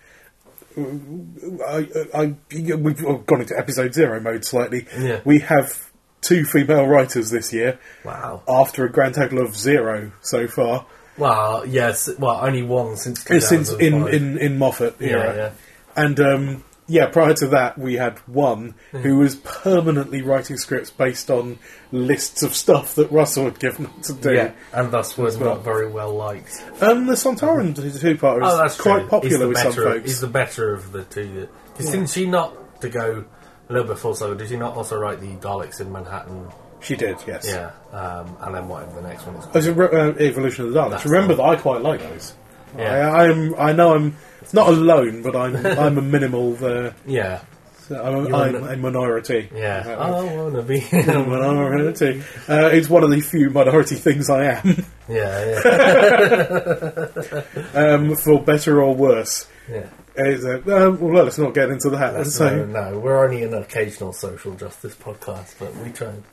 S3: I, I, we've gone into episode zero mode slightly.
S4: Yeah.
S3: We have two female writers this year.
S4: Wow.
S3: After a grand total of zero so far.
S4: well, yes. Well, only one since
S3: since in,
S4: 2005.
S3: in in Moffat
S4: yeah,
S3: era,
S4: yeah.
S3: and um, yeah, prior to that, we had one
S4: Hmm.
S3: who was permanently writing scripts based on lists of stuff that Russell had given him to do.
S4: Yeah, and thus was
S3: well.
S4: not very well liked.
S3: Um, the Santarin two-parter is
S4: Oh, that's
S3: quite
S4: true. He's
S3: popular
S4: the
S3: with some
S4: better-
S3: folks.
S4: He's the better of the two. That, Didn't she not to go a little bit full circle? Did she not also write the Daleks in Manhattan?
S3: She did, yes.
S4: Yeah, um, and then whatever the next one is.
S3: Oh, so, uh, Evolution of the Daleks.
S4: That's
S3: Remember
S4: the
S3: that I quite like those.
S4: Yeah.
S3: I, I'm, I know I'm not alone, but I'm, I'm a minimal. Uh,
S4: Yeah,
S3: I'm, a,
S4: You're a
S3: I'm
S4: min-
S3: a minority.
S4: yeah. Oh,
S3: Uh,
S4: I wanna be.
S3: I'm a minority. Uh, it's one of the few minority things I am,
S4: yeah, yeah,
S3: um, for better or worse.
S4: yeah.
S3: It's, uh, um, well, let's not get into that.
S4: That's
S3: so,
S4: no, no, we're only an occasional social justice podcast, but we try and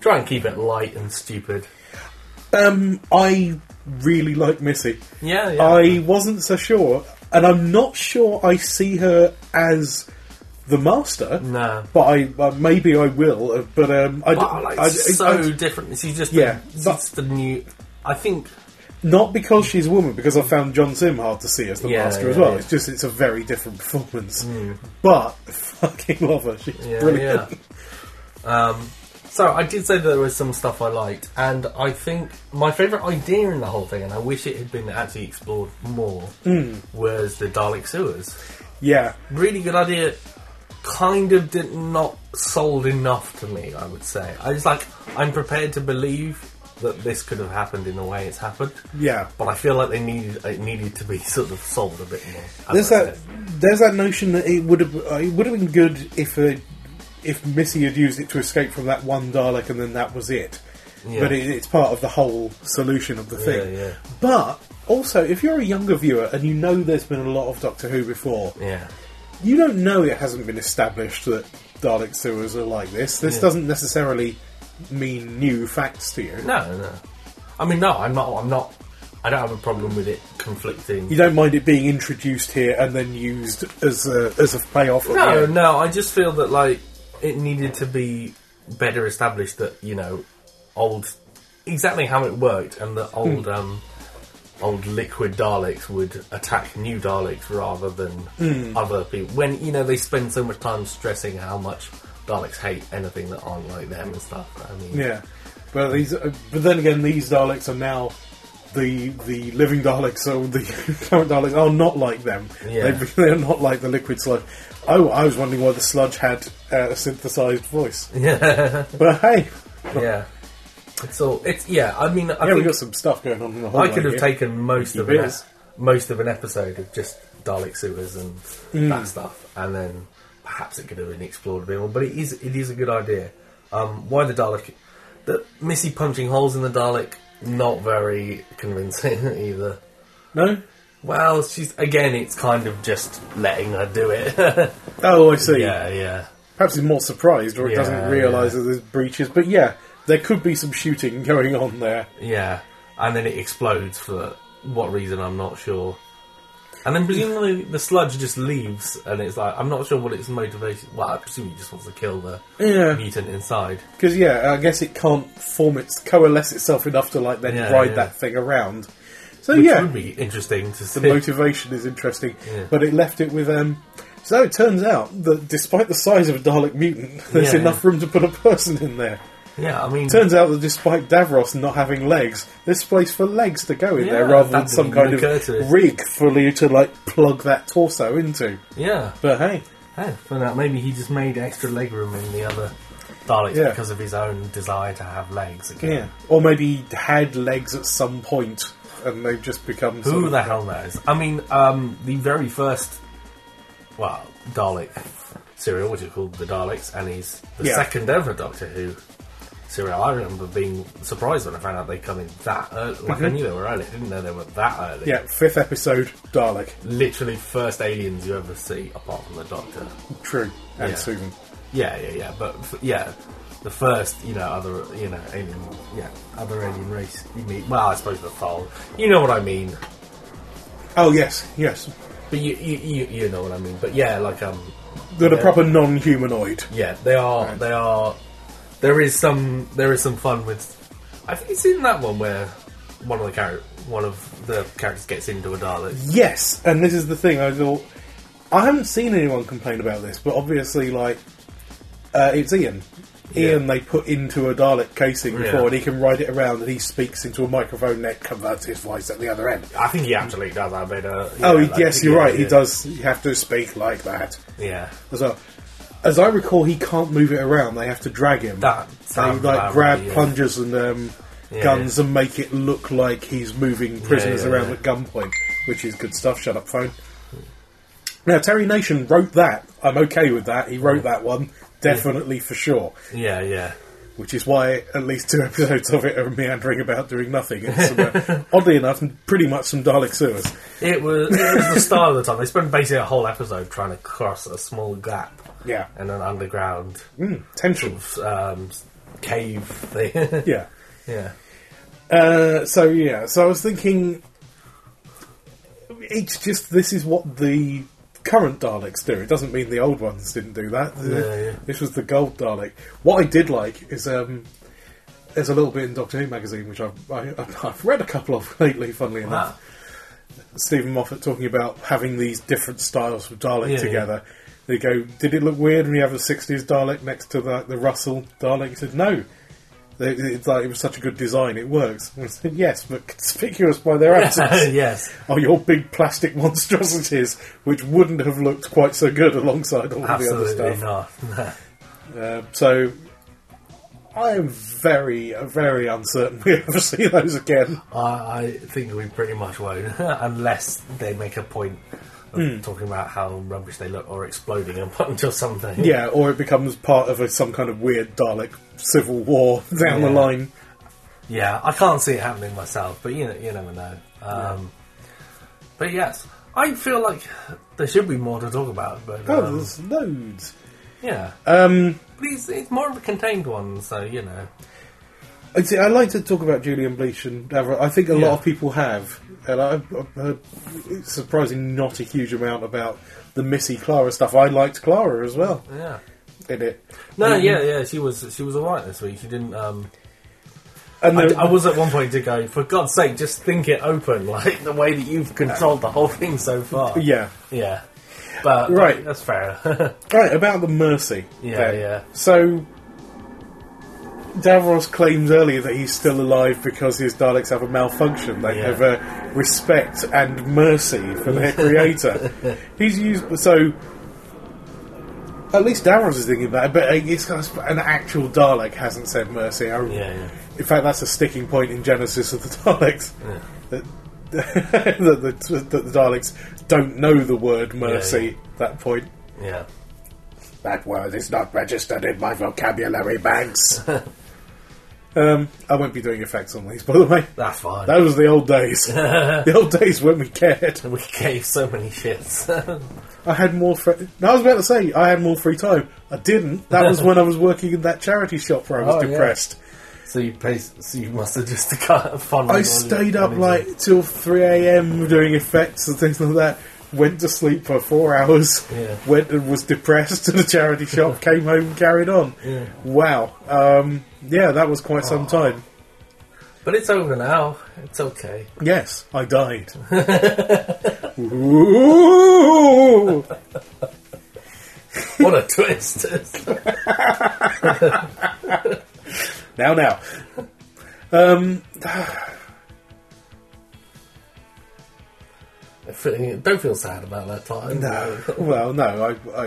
S4: try and keep it light and stupid.
S3: um, I really like Missy.
S4: Yeah, yeah.
S3: I wasn't so sure, and I'm not sure I see her as the master.
S4: No.
S3: but I uh, maybe I will. uh, But um, I, d-
S4: Wow, like,
S3: I- I-
S4: so different. She's just
S3: Yeah,
S4: she's
S3: but-
S4: the new. I think
S3: not because she's a woman, because I found John Sim hard to see as the
S4: Yeah,
S3: master as
S4: yeah,
S3: well.
S4: yeah. Hmm.
S3: It's just it's a very different performance. But fucking love her. She's
S4: Yeah,
S3: brilliant.
S4: yeah. Um, so I did say there was some stuff I liked, and I think my favourite idea in the whole thing, and I wish it had been actually explored more,
S3: Hmm.
S4: was the Dalek sewers.
S3: Yeah,
S4: Really good idea. Kind of did not sold enough to me. I would say I was like, I'm prepared to believe that this could have happened in the way it's happened.
S3: Yeah.
S4: but I feel like they needed it needed to be sort of sold a bit more. as
S3: there's
S4: I
S3: that.
S4: said.
S3: There's that notion that it would have uh, it would have been good if uh, if Missy had used it to escape from that one Dalek, and then that was it.
S4: Yeah.
S3: But it, it's part of the whole solution of the thing.
S4: yeah.
S3: But also, if you're a younger viewer and you know there's been a lot of Doctor Who before,
S4: Yeah.
S3: you don't know it hasn't been established that Dalek sewers are like this. This doesn't necessarily mean new facts to you.
S4: No, no. I mean, no. I'm not. I'm not. I don't have a problem with it conflicting.
S3: You don't mind it being introduced here and then used as a as a payoff. at the
S4: no,
S3: end.
S4: no. I just feel that like it needed to be better established that you know old exactly how it worked and
S3: Hmm.
S4: that old um old liquid Daleks would attack new Daleks rather than
S3: Hmm.
S4: other people. When you know they spend so much time stressing how much Daleks hate anything that aren't like them and stuff. I mean,
S3: Yeah, but these. uh, But then again, these Daleks are now the the living Daleks or the current Daleks are not like them.
S4: Yeah.
S3: They, they're not like the liquid sludge. Oh, I was wondering why the sludge had uh, a synthesized voice.
S4: yeah,
S3: But hey,
S4: yeah. It's all. It's yeah. I mean,
S3: yeah,
S4: I
S3: we
S4: think
S3: got some stuff going on in the whole.
S4: I could have taken most
S3: You
S4: of an,
S3: bet.
S4: most of an episode of just Dalek sewers and that stuff, and then perhaps it could have been explored a bit more. But it is it is a good idea. Um, why the Dalek? The Missy punching holes in the Dalek not very convincing either.
S3: no.
S4: Well, she's again. It's kind of just letting her do it.
S3: Oh, I see.
S4: yeah, yeah.
S3: Perhaps he's more surprised, or he
S4: Yeah,
S3: doesn't realise
S4: yeah.
S3: that there's breaches. But yeah, there could be some shooting going on there.
S4: Yeah, and then it explodes for what reason I'm not sure. And then presumably the sludge just leaves, and it's like I'm not sure what its motivation. Well, I presume he just wants to kill the
S3: Yeah.
S4: mutant inside.
S3: Because yeah, I guess it can't form its coalesce itself enough to like then
S4: Yeah,
S3: ride
S4: yeah.
S3: that thing around. So
S4: Which
S3: yeah,
S4: would be interesting to see.
S3: the motivation is interesting,
S4: Yeah.
S3: but it left it with um. So it turns out that despite the size of a Dalek mutant, there's
S4: Yeah,
S3: enough room to put a person in there.
S4: yeah, I mean,
S3: Turns out that despite Davros not having legs, there's place for legs to go in there
S4: Yeah,
S3: rather
S4: that
S3: than some
S4: didn't
S3: kind
S4: even occur to us.
S3: of rig for you to like plug that torso into.
S4: yeah.
S3: But hey,
S4: Hey, find out maybe he just made extra leg room in the other Daleks
S3: Yeah.
S4: because of his own desire to have legs again.
S3: yeah. Or maybe he had legs at some point and they've just become. sort
S4: Who
S3: of-
S4: the hell knows? I mean, um, the very first, well, Dalek serial, which is called The Daleks, and he's the
S3: Yeah.
S4: second ever Doctor Who serial. I remember being surprised when I found out they come in that early. Like, I knew they were early, I didn't know they were that early.
S3: Yeah, fifth episode, Dalek.
S4: Literally, first aliens you ever see, apart from the Doctor.
S3: True. And
S4: Yeah.
S3: Susan.
S4: Yeah, yeah, yeah. But f- yeah, the first, you know, other, you know, alien, yeah, other alien race you meet. Well, I suppose the Thal. You know what I mean.
S3: Oh, yes, yes.
S4: But you, you, you, you know what I mean. But yeah, like um,
S3: They're a
S4: Yeah.
S3: proper non humanoid.
S4: yeah, they are, they are. There is some, there is some fun with. I think it's in that one where one of the character, one of the characters gets into a Dalek.
S3: Yes, and this is the thing I thought. I haven't seen anyone complain about this, but obviously, like, uh, it's Ian. Ian,
S4: Yeah.
S3: they put into a Dalek casing before,
S4: Yeah.
S3: and he can ride it around, and he speaks into a microphone that converts his voice at the other end.
S4: I think he actually does have a bit of.
S3: oh,
S4: yeah, like-
S3: yes, you're
S4: yeah,
S3: right. He
S4: yeah.
S3: does. You have to speak like that
S4: Yeah.
S3: as well. As I recall, he can't move it around. They have to drag him.
S4: That
S3: they
S4: sounds about
S3: like grab
S4: right, yeah.
S3: plungers and um,
S4: Yeah,
S3: guns and make it look like he's moving prisoners
S4: yeah,
S3: around
S4: yeah.
S3: at gunpoint, which is good stuff. Shut up, phone. Now, Terry Nation wrote that. I'm okay with that. He
S4: Mm.
S3: wrote that one definitely for sure,
S4: Yeah, yeah.
S3: which is why at least two episodes of it are meandering about doing nothing. It's, uh, oddly enough, pretty much some Dalek sewers.
S4: It was, it was the start of the time. They spent basically a whole episode trying to cross a small gap
S3: Yeah,
S4: in an underground
S3: Mm, tension.
S4: um, cave thing.
S3: Yeah.
S4: yeah.
S3: Uh, so yeah, so I was thinking, it's just this is what the current Daleks do. It doesn't mean the old ones didn't do that. The-
S4: Yeah, yeah.
S3: This was the gold Dalek. What I did like is um, there's a little bit in Doctor Who magazine which I've, I, I've read a couple of lately. Funnily enough, Stephen Moffat talking about having these different styles of Dalek
S4: Yeah,
S3: together. They go, did it look weird when you have a '60s Dalek next to the, the Russell Dalek? He said, no. They- It's like it was such a good design, it works. I said, yes, but conspicuous by their absence
S4: yes.
S3: are your big plastic monstrosities, which wouldn't have looked quite so good alongside all the other
S4: Absolutely
S3: stuff.
S4: not.
S3: Um, so I am very, very uncertain we ever see those again.
S4: I, I think we pretty much won't, unless they make a point of
S3: Hmm.
S4: talking about how rubbish they look or exploding a bunch or something.
S3: Yeah, or it becomes part of a, some kind of weird Dalek civil war down the
S4: Yeah.
S3: line.
S4: Yeah, I can't see it happening myself, but you know, you never know. Um, But yes, I feel like there should be more to talk about, but
S3: Oh,
S4: um,
S3: there's loads.
S4: yeah,
S3: Um,
S4: but it's, it's more of a contained one, so you know,
S3: I see. I like to talk about Julian Bleach, and have- I think a
S4: Yeah.
S3: lot of people have, and I've, I've heard it's surprising not a huge amount about the Missy Clara stuff. I liked Clara as well
S4: yeah.
S3: in it,
S4: No,
S3: Mm-hmm.
S4: yeah, yeah, she was she was all right this week. She didn't. Um,
S3: and
S4: I,
S3: the-
S4: I was at one point to go, for God's sake, just think it open, like the way that you've controlled the whole thing so far.
S3: yeah.
S4: Yeah. But
S3: Right.
S4: that's fair.
S3: Right, about the mercy.
S4: Yeah,
S3: then.
S4: yeah.
S3: So, Davros claims earlier that he's still alive because his Daleks have a malfunction. They
S4: Yeah.
S3: have a respect and mercy for their creator. he's used. So, at least Davros is thinking that, but uh, it's, an actual Dalek hasn't said mercy. I,
S4: yeah, yeah.
S3: in fact, that's a sticking point in Genesis of the Daleks. That, that, the, that the Daleks don't know the word mercy at that point.
S4: Yeah.
S3: That word is not registered in my vocabulary, Banks. um, I won't be doing effects on these, by the way.
S4: That's fine.
S3: That was the old days. the old days when we cared.
S4: we gave so many shits.
S3: I had more free. I was about to say I had more free time. I didn't. That was when I was working in that charity shop where I was
S4: Oh, yeah.
S3: depressed.
S4: so you pay, so you must have just got fun.
S3: I stayed up like till three a.m. doing effects and things like that. Went to sleep for four hours.
S4: Yeah.
S3: Went and was depressed to the charity shop. came home, and carried on.
S4: Yeah. Oh.
S3: Wow. Um, yeah, that was quite some time.
S4: But it's over now. It's okay.
S3: Yes, I died. Ooh.
S4: What a twist.
S3: Now, now. Um,
S4: Feeling- Don't feel sad about that time.
S3: no. Well, no. I, I,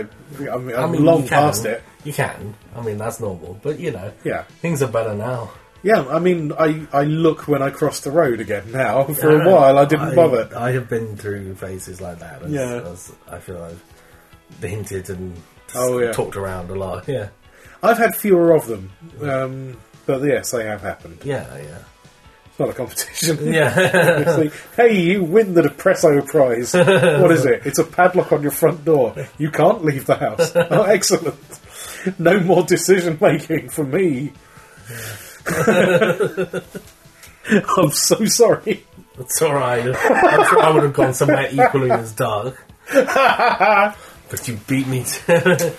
S3: I mean, I'm
S4: I mean,
S3: long
S4: you can.
S3: past it.
S4: You can. I mean, that's normal. But you know,
S3: Yeah.
S4: things are better now.
S3: Yeah, I mean, I, I look when I cross the road again now. For a while, I didn't bother.
S4: I have been through phases like that. As,
S3: Yeah.
S4: as I feel I've hinted and s-
S3: Oh, yeah.
S4: talked around a lot. Yeah,
S3: I've had fewer of them. Um, but yes, they have happened.
S4: yeah, yeah,
S3: It's not a competition.
S4: yeah.
S3: It's like, hey, you win the Depresso prize. what is it? It's a padlock on your front door. You can't leave the house. Oh, excellent. No more decision making for me. I'm so sorry.
S4: it's all right. I'm sure I would have gone somewhere equally as dark. but you beat me. To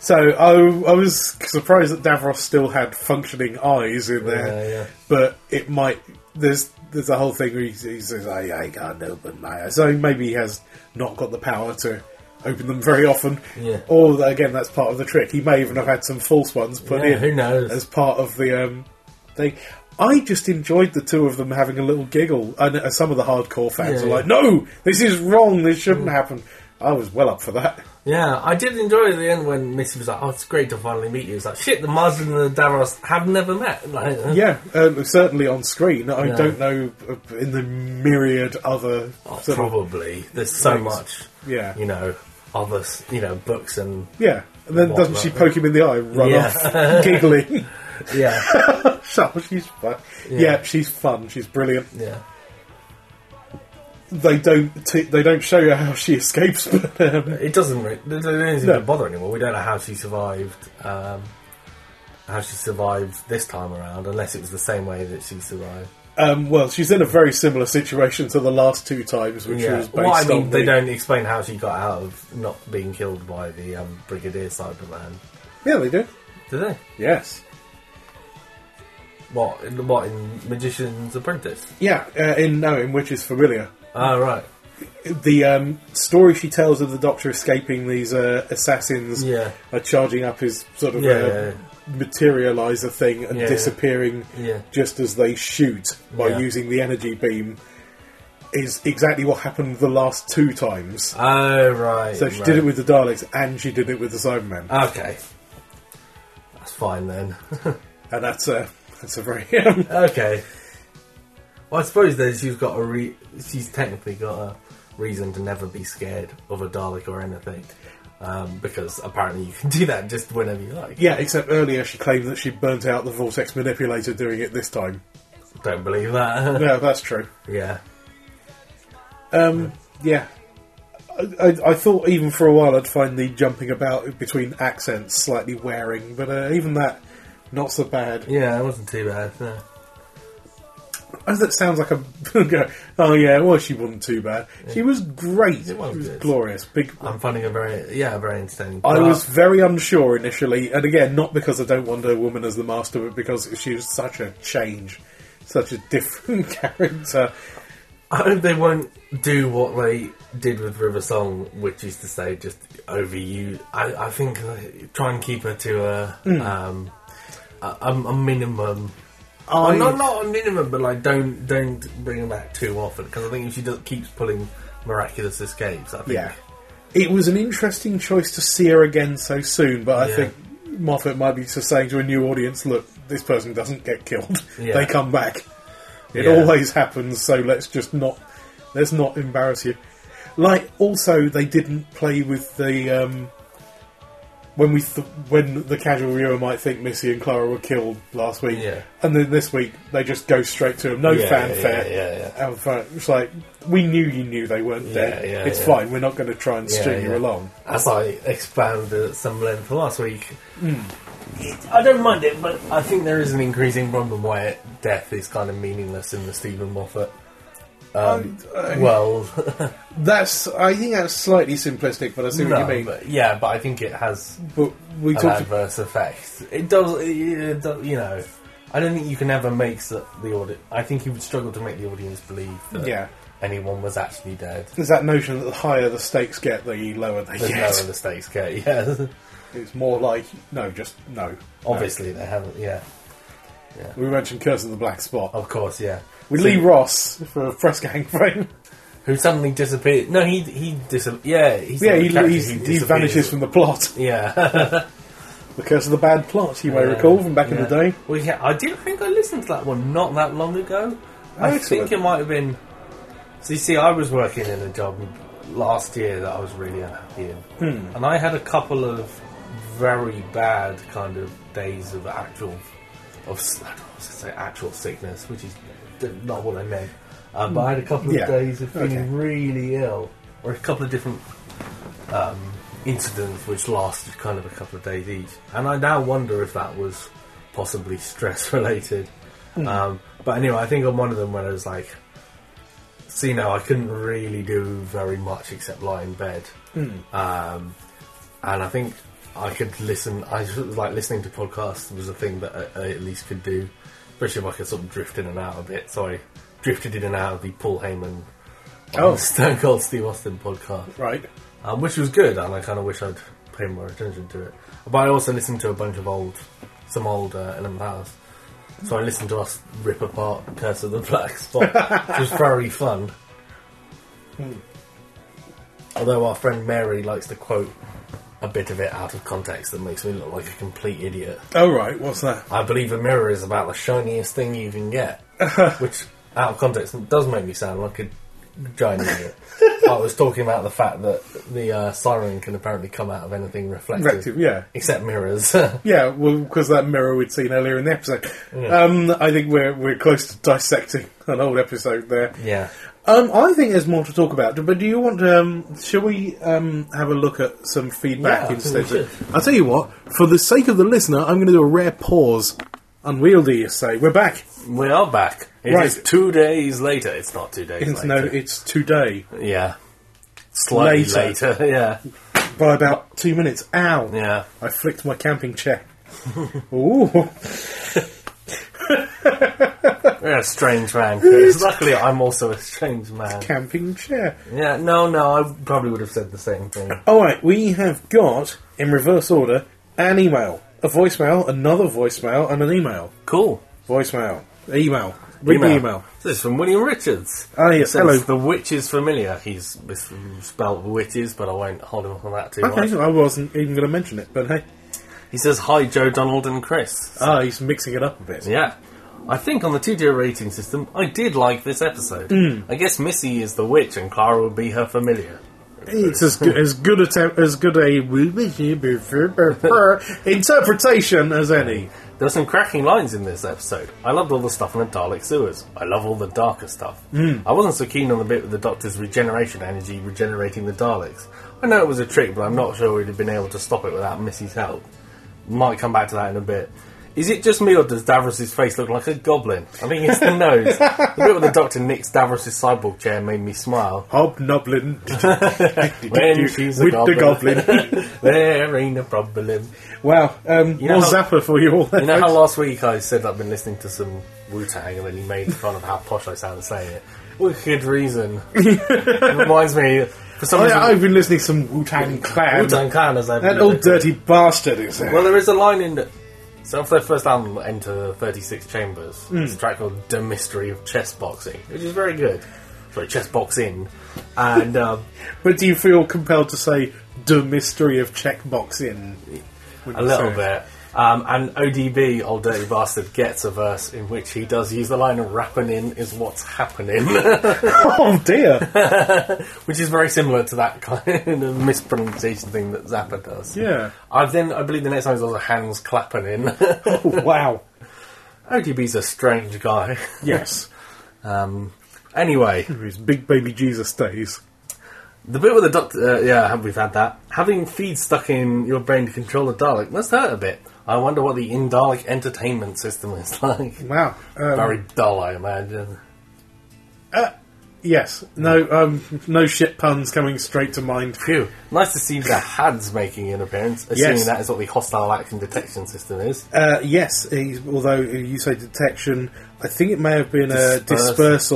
S3: So I, I was surprised that Davros still had functioning eyes in there,
S4: Yeah, yeah.
S3: but it might. There's there's a whole thing where he, he says, I, "I can't open my eyes," so maybe he has not got the power to open them very often.
S4: Yeah.
S3: Or again, that's part of the trick. He may even have had some false ones put
S4: Yeah,
S3: in.
S4: who knows?
S3: As part of the um, thing. I just enjoyed the two of them having a little giggle, and uh, some of the hardcore fans
S4: Yeah,
S3: are
S4: yeah. Mm.
S3: like, "No, this is wrong. This shouldn't happen." I was well up for that.
S4: Yeah, I did enjoy at the end when Missy was like, "Oh, it's great to finally meet you." It's like, "Shit, the Marsden and the Davros have never met." Like, uh,
S3: Yeah, um, certainly on screen. I
S4: Yeah.
S3: don't know uh, in the myriad other
S4: oh,
S3: sort of-
S4: probably. There's so
S3: Things.
S4: much.
S3: Yeah.
S4: you know, other s- you know books and
S3: Yeah, and then doesn't she
S4: Whatnot.
S3: poke him in the eye, and run
S4: Yeah.
S3: off, giggling?
S4: yeah,
S3: so she's fun. Yeah. she's fun. She's brilliant.
S4: yeah,
S3: They don't t- they don't show you how she escapes, but um,
S4: it doesn't re- it doesn't seem
S3: No.
S4: to bother anymore. We don't know how she survived, um, how she survived this time around, unless it was the same way that she survived.
S3: um, well, she's in a very similar situation to the last two times, which
S4: yeah,
S3: was based
S4: well, I mean,
S3: on
S4: they
S3: the-
S4: don't explain how she got out of not being killed by the um, Brigadier Cyberman,
S3: Yeah, they do.
S4: do they?
S3: Yes.
S4: What? In, what in Magician's Apprentice?
S3: Yeah, uh, in knowing which is familiar.
S4: Oh, right.
S3: the um, story she tells of the Doctor escaping these uh, assassins,
S4: Yeah.
S3: uh, charging up his sort of
S4: Yeah,
S3: uh,
S4: yeah, yeah.
S3: materializer thing and
S4: Yeah, yeah.
S3: disappearing
S4: Yeah.
S3: just as they shoot by
S4: Yeah.
S3: using the energy beam, is exactly what happened the last two times.
S4: Oh, right.
S3: so she
S4: right. Ah.
S3: did it with the Daleks and she did it with the Cybermen,
S4: Okay. That's fine then.
S3: and that's a that's a very
S4: okay. Well, I suppose then she's got a re- she's technically got a reason to never be scared of a Dalek or anything, um, because apparently you can do that just whenever you like.
S3: yeah. Except earlier she claimed that she burnt out the vortex manipulator doing it this time.
S4: Don't believe that.
S3: No, that's true.
S4: yeah.
S3: Um, yeah. I, I, I thought even for a while I'd find the jumping about between accents slightly wearing, but uh, even that, not so bad.
S4: Yeah, it wasn't too bad. No.
S3: As that sounds like a. go, oh, yeah, well, she wasn't too bad. She was great.
S4: It was
S3: she was
S4: good. Um, uh,
S3: glorious. Big.
S4: I'm finding it very yeah very entertaining.
S3: I
S4: But-
S3: was very unsure initially, and again, not because I don't want a woman as the master, but because she was such a change, such a different character.
S4: I hope they won't do what they did with River Song, which is to say, just overuse. I, I think uh, try and keep her to a
S3: Hmm.
S4: um, a, um, a minimum.
S3: I-
S4: Well, not not a minimum, but like don't don't bring her back too often because I think if she does, keeps pulling miraculous escapes, I think
S3: Yeah. It was an interesting choice to see her again so soon, but I
S4: Yeah.
S3: think Moffat might be just saying to a new audience, look, this person doesn't get killed.
S4: Yeah.
S3: They come back. It
S4: Yeah.
S3: always happens, so let's just not let's not embarrass you. Like also they didn't play with the um when we th- when the casual viewer might think Missy and Clara were killed last week,
S4: Yeah.
S3: and then this week they just go straight to them, no
S4: Yeah, yeah,
S3: fanfare.
S4: yeah, yeah, yeah.
S3: And fa- it's like we knew you knew they weren't
S4: Yeah,
S3: dead.
S4: yeah,
S3: it's
S4: yeah.
S3: fine. We're not going to try and
S4: Yeah,
S3: string you
S4: yeah.
S3: along.
S4: As I expanded at some length last week,
S3: Hmm.
S4: it- I don't mind it, but I think there is an increasing problem where death is kind of meaningless in the Stephen Moffat um, world.
S3: That's. I think that's slightly simplistic, but I see
S4: No,
S3: what you mean. But,
S4: but- yeah, but I think it has
S3: we
S4: an
S3: talked.
S4: adverse effect. It does, it, it does- you know. I don't think you can ever make the, the audit. I think you would struggle to make the audience believe that
S3: Yeah.
S4: anyone was actually dead.
S3: There's that notion that the higher the stakes get, the lower they
S4: There's
S3: get.
S4: no other stakes, Kate. Yeah,
S3: It's more like no, just no.
S4: obviously they haven't. Yeah,
S3: We mentioned Curse of the Black Spot
S4: of course. Yeah,
S3: with
S4: So-
S3: Lee Ross for a press gang frame.
S4: who suddenly disappeared. No, he he disappeared. Yeah, he's
S3: yeah,
S4: the
S3: he,
S4: character
S3: he's, he
S4: who disappears.
S3: vanishes from the plot.
S4: Yeah,
S3: The Curse of the Bad Plot, you may recall from back in the
S4: Yeah.
S3: day.
S4: Well, yeah, I did think I listened to that one not that long ago. I
S3: Excellent.
S4: think it might have been. So you see, I was working in a job last year that I was really unhappy in,
S3: Hmm.
S4: and I had a couple of very bad kind of days of actual of s- I don't know, I was gonna say actual sickness, which is not what I meant. Um, but I had a couple of
S3: Yeah.
S4: days of being
S3: Okay.
S4: really ill, or a couple of different um, incidents which lasted kind of a couple of days each. And I now wonder if that was possibly stress related.
S3: Hmm.
S4: Um, but anyway, I think on one of them when I was like, see now, I couldn't really do very much except lie in bed. Um, and I think I could listen, I just, like listening to podcasts was a thing that I, I at least could do, especially if I could sort of drift in and out a bit. So I drifted in and out of the Paul Heyman.
S3: Oh.
S4: Stone Cold Steve Austin podcast
S3: Right.
S4: um, which was good, and I kind of wish I'd paid more attention to it. But I also listened to a bunch of old, some old uh, Element House. So I listened to us rip apart Curse of the Black Spot, which was very fun. Although our friend Mary likes to quote a bit of it out of context that makes me look like a complete idiot.
S3: Oh, right, what's that?
S4: I believe a mirror is about the shiniest thing you can get, which out of context does make me sound like a giant idiot. I was talking about the fact that the uh, siren can apparently come out of anything reflective,
S3: Reflective, yeah.
S4: except mirrors.
S3: Yeah, well, because that mirror we'd seen earlier in the episode. Um, I think we're, we're close to dissecting an old episode there.
S4: yeah,
S3: Um, I think there's more to talk about, but do you want to? Um, shall we um, have a look at some
S4: Yeah, I
S3: feedback
S4: think
S3: instead?
S4: we should.
S3: I'll tell you what, for the sake of the listener, I'm going to do a rare pause. Unwieldy, you say. We're back.
S4: we are back. It is
S3: Right.
S4: two days later. It's not two days.
S3: It's, no,
S4: later.
S3: it's today
S4: yeah, slightly
S3: Later.
S4: later. yeah,
S3: by about two minutes. Ow!
S4: yeah.
S3: I flicked my camping chair. Ooh,
S4: We're a strange man. Chris. Luckily, I'm also a strange man.
S3: camping chair.
S4: Yeah, no, no. I probably would have said the same thing.
S3: All right, we have got in reverse order an email, a voicemail, another voicemail, and an email.
S4: Cool.
S3: Voicemail, email, read the email.
S4: This is from William Richards.
S3: Ah, yes,
S4: Says,
S3: hello.
S4: The witch is familiar. He's mis- spelled witches, but I won't hold him on that too
S3: Okay,
S4: much.
S3: I wasn't even going to mention it, but hey.
S4: He says, Hi, Joe, Donald, and Chris.
S3: Ah, he's mixing it up a bit.
S4: Yeah. I think on the two tier rating system, I did like this episode.
S3: Hmm.
S4: I guess Missy is the witch and Clara would be her familiar.
S3: It's as good, as good attempt as good a interpretation as any.
S4: There are some cracking lines in this episode. I loved all the stuff in the Dalek sewers. I love all the darker stuff.
S3: Hmm.
S4: I wasn't so keen on the bit with the Doctor's regeneration energy regenerating the Daleks. I know it was a trick, but I'm not sure we'd have been able to stop it without Missy's help. Might come back to that in a bit. Is it just me, or does Davros' face look like a goblin? I think it's the nose. The bit with the Doctor nicks Davros' cyborg chair made me smile.
S3: Hobnoblin
S4: When she's a
S3: with
S4: goblin.
S3: the goblin.
S4: There ain't a problem.
S3: wow, um,
S4: know
S3: more
S4: how-
S3: Zappa for you all.
S4: You know how last week I said I've been listening to some Wu Tang and then he made fun of how posh I sound saying it? Wicked reason. it reminds me, for some
S3: Oh, yeah, I've
S4: reason,
S3: been listening to some Wu Tang Clan.
S4: Wu Tang Clan as I've
S3: That old dirty bastard is there.
S4: Well, there is a line in. So, off their first album, Enter 36 Chambers,
S3: Hmm.
S4: it's a track called The Mystery of Chess Boxing, which is very good. Sorry, Chess Boxing. And um,
S3: but do you feel compelled to say the mystery of checkboxing? Would
S4: a
S3: you
S4: little
S3: say?
S4: bit. Um, and ODB, Old Dirty Bastard, gets a verse in which he does use the line, rapping in is what's happening.
S3: Oh dear.
S4: which is very similar to that kind of mispronunciation thing that Zappa does.
S3: Yeah.
S4: I then I believe the next time is also hands clapping in.
S3: Oh, wow.
S4: ODB's a strange guy.
S3: Yes.
S4: Um, anyway,
S3: His big baby Jesus stays.
S4: the bit with the doctor. Uh, yeah, we've had that. Having feed stuck in your brain to control the Dalek must hurt a bit. I wonder what the in Dalek entertainment system is like.
S3: Wow. Um,
S4: Very dull, I imagine.
S3: Yes. No. Um. No shit puns coming straight to mind.
S4: Phew. Nice to see the HADS making an appearance, assuming
S3: Yes.
S4: that is what the hostile action detection system is.
S3: Uh, yes. he's- Although you say detection, I think it may have been a
S4: Dispersal.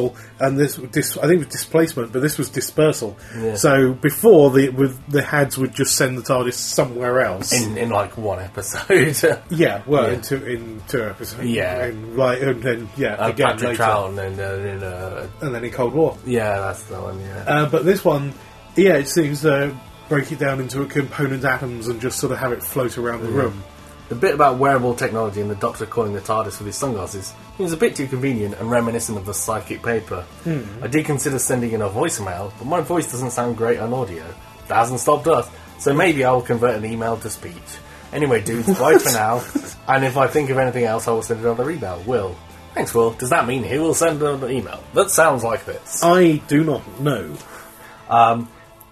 S3: dispersal, and this. Dis, I think it was displacement, but this was dispersal.
S4: Yeah.
S3: So before the with the Hads would just send the TARDIS somewhere else.
S4: in, in like one episode.
S3: yeah. Well,
S4: Yeah.
S3: in two in two episodes.
S4: Yeah.
S3: And right. And then yeah.
S4: Uh,
S3: again
S4: Patrick
S3: later.
S4: Troughton and, uh, and, uh,
S3: And then in Cold War.
S4: yeah, that's the one. Yeah,
S3: Uh, but this one, yeah, it seems to break it down into component atoms and just sort of have it float around
S4: Mm.
S3: the room.
S4: the bit about wearable technology and the Doctor calling the TARDIS with his sunglasses seems a bit too convenient and reminiscent of the psychic paper.
S3: Hmm.
S4: I did consider sending in a voicemail, but my voice doesn't sound great on audio. That hasn't stopped us, so maybe I will convert an email to speech. Anyway, dudes, bye for now. And if I think of anything else, I will send another email. Will. Thanks, Will. Does that mean he will send another email? That sounds like this.
S3: I do not know.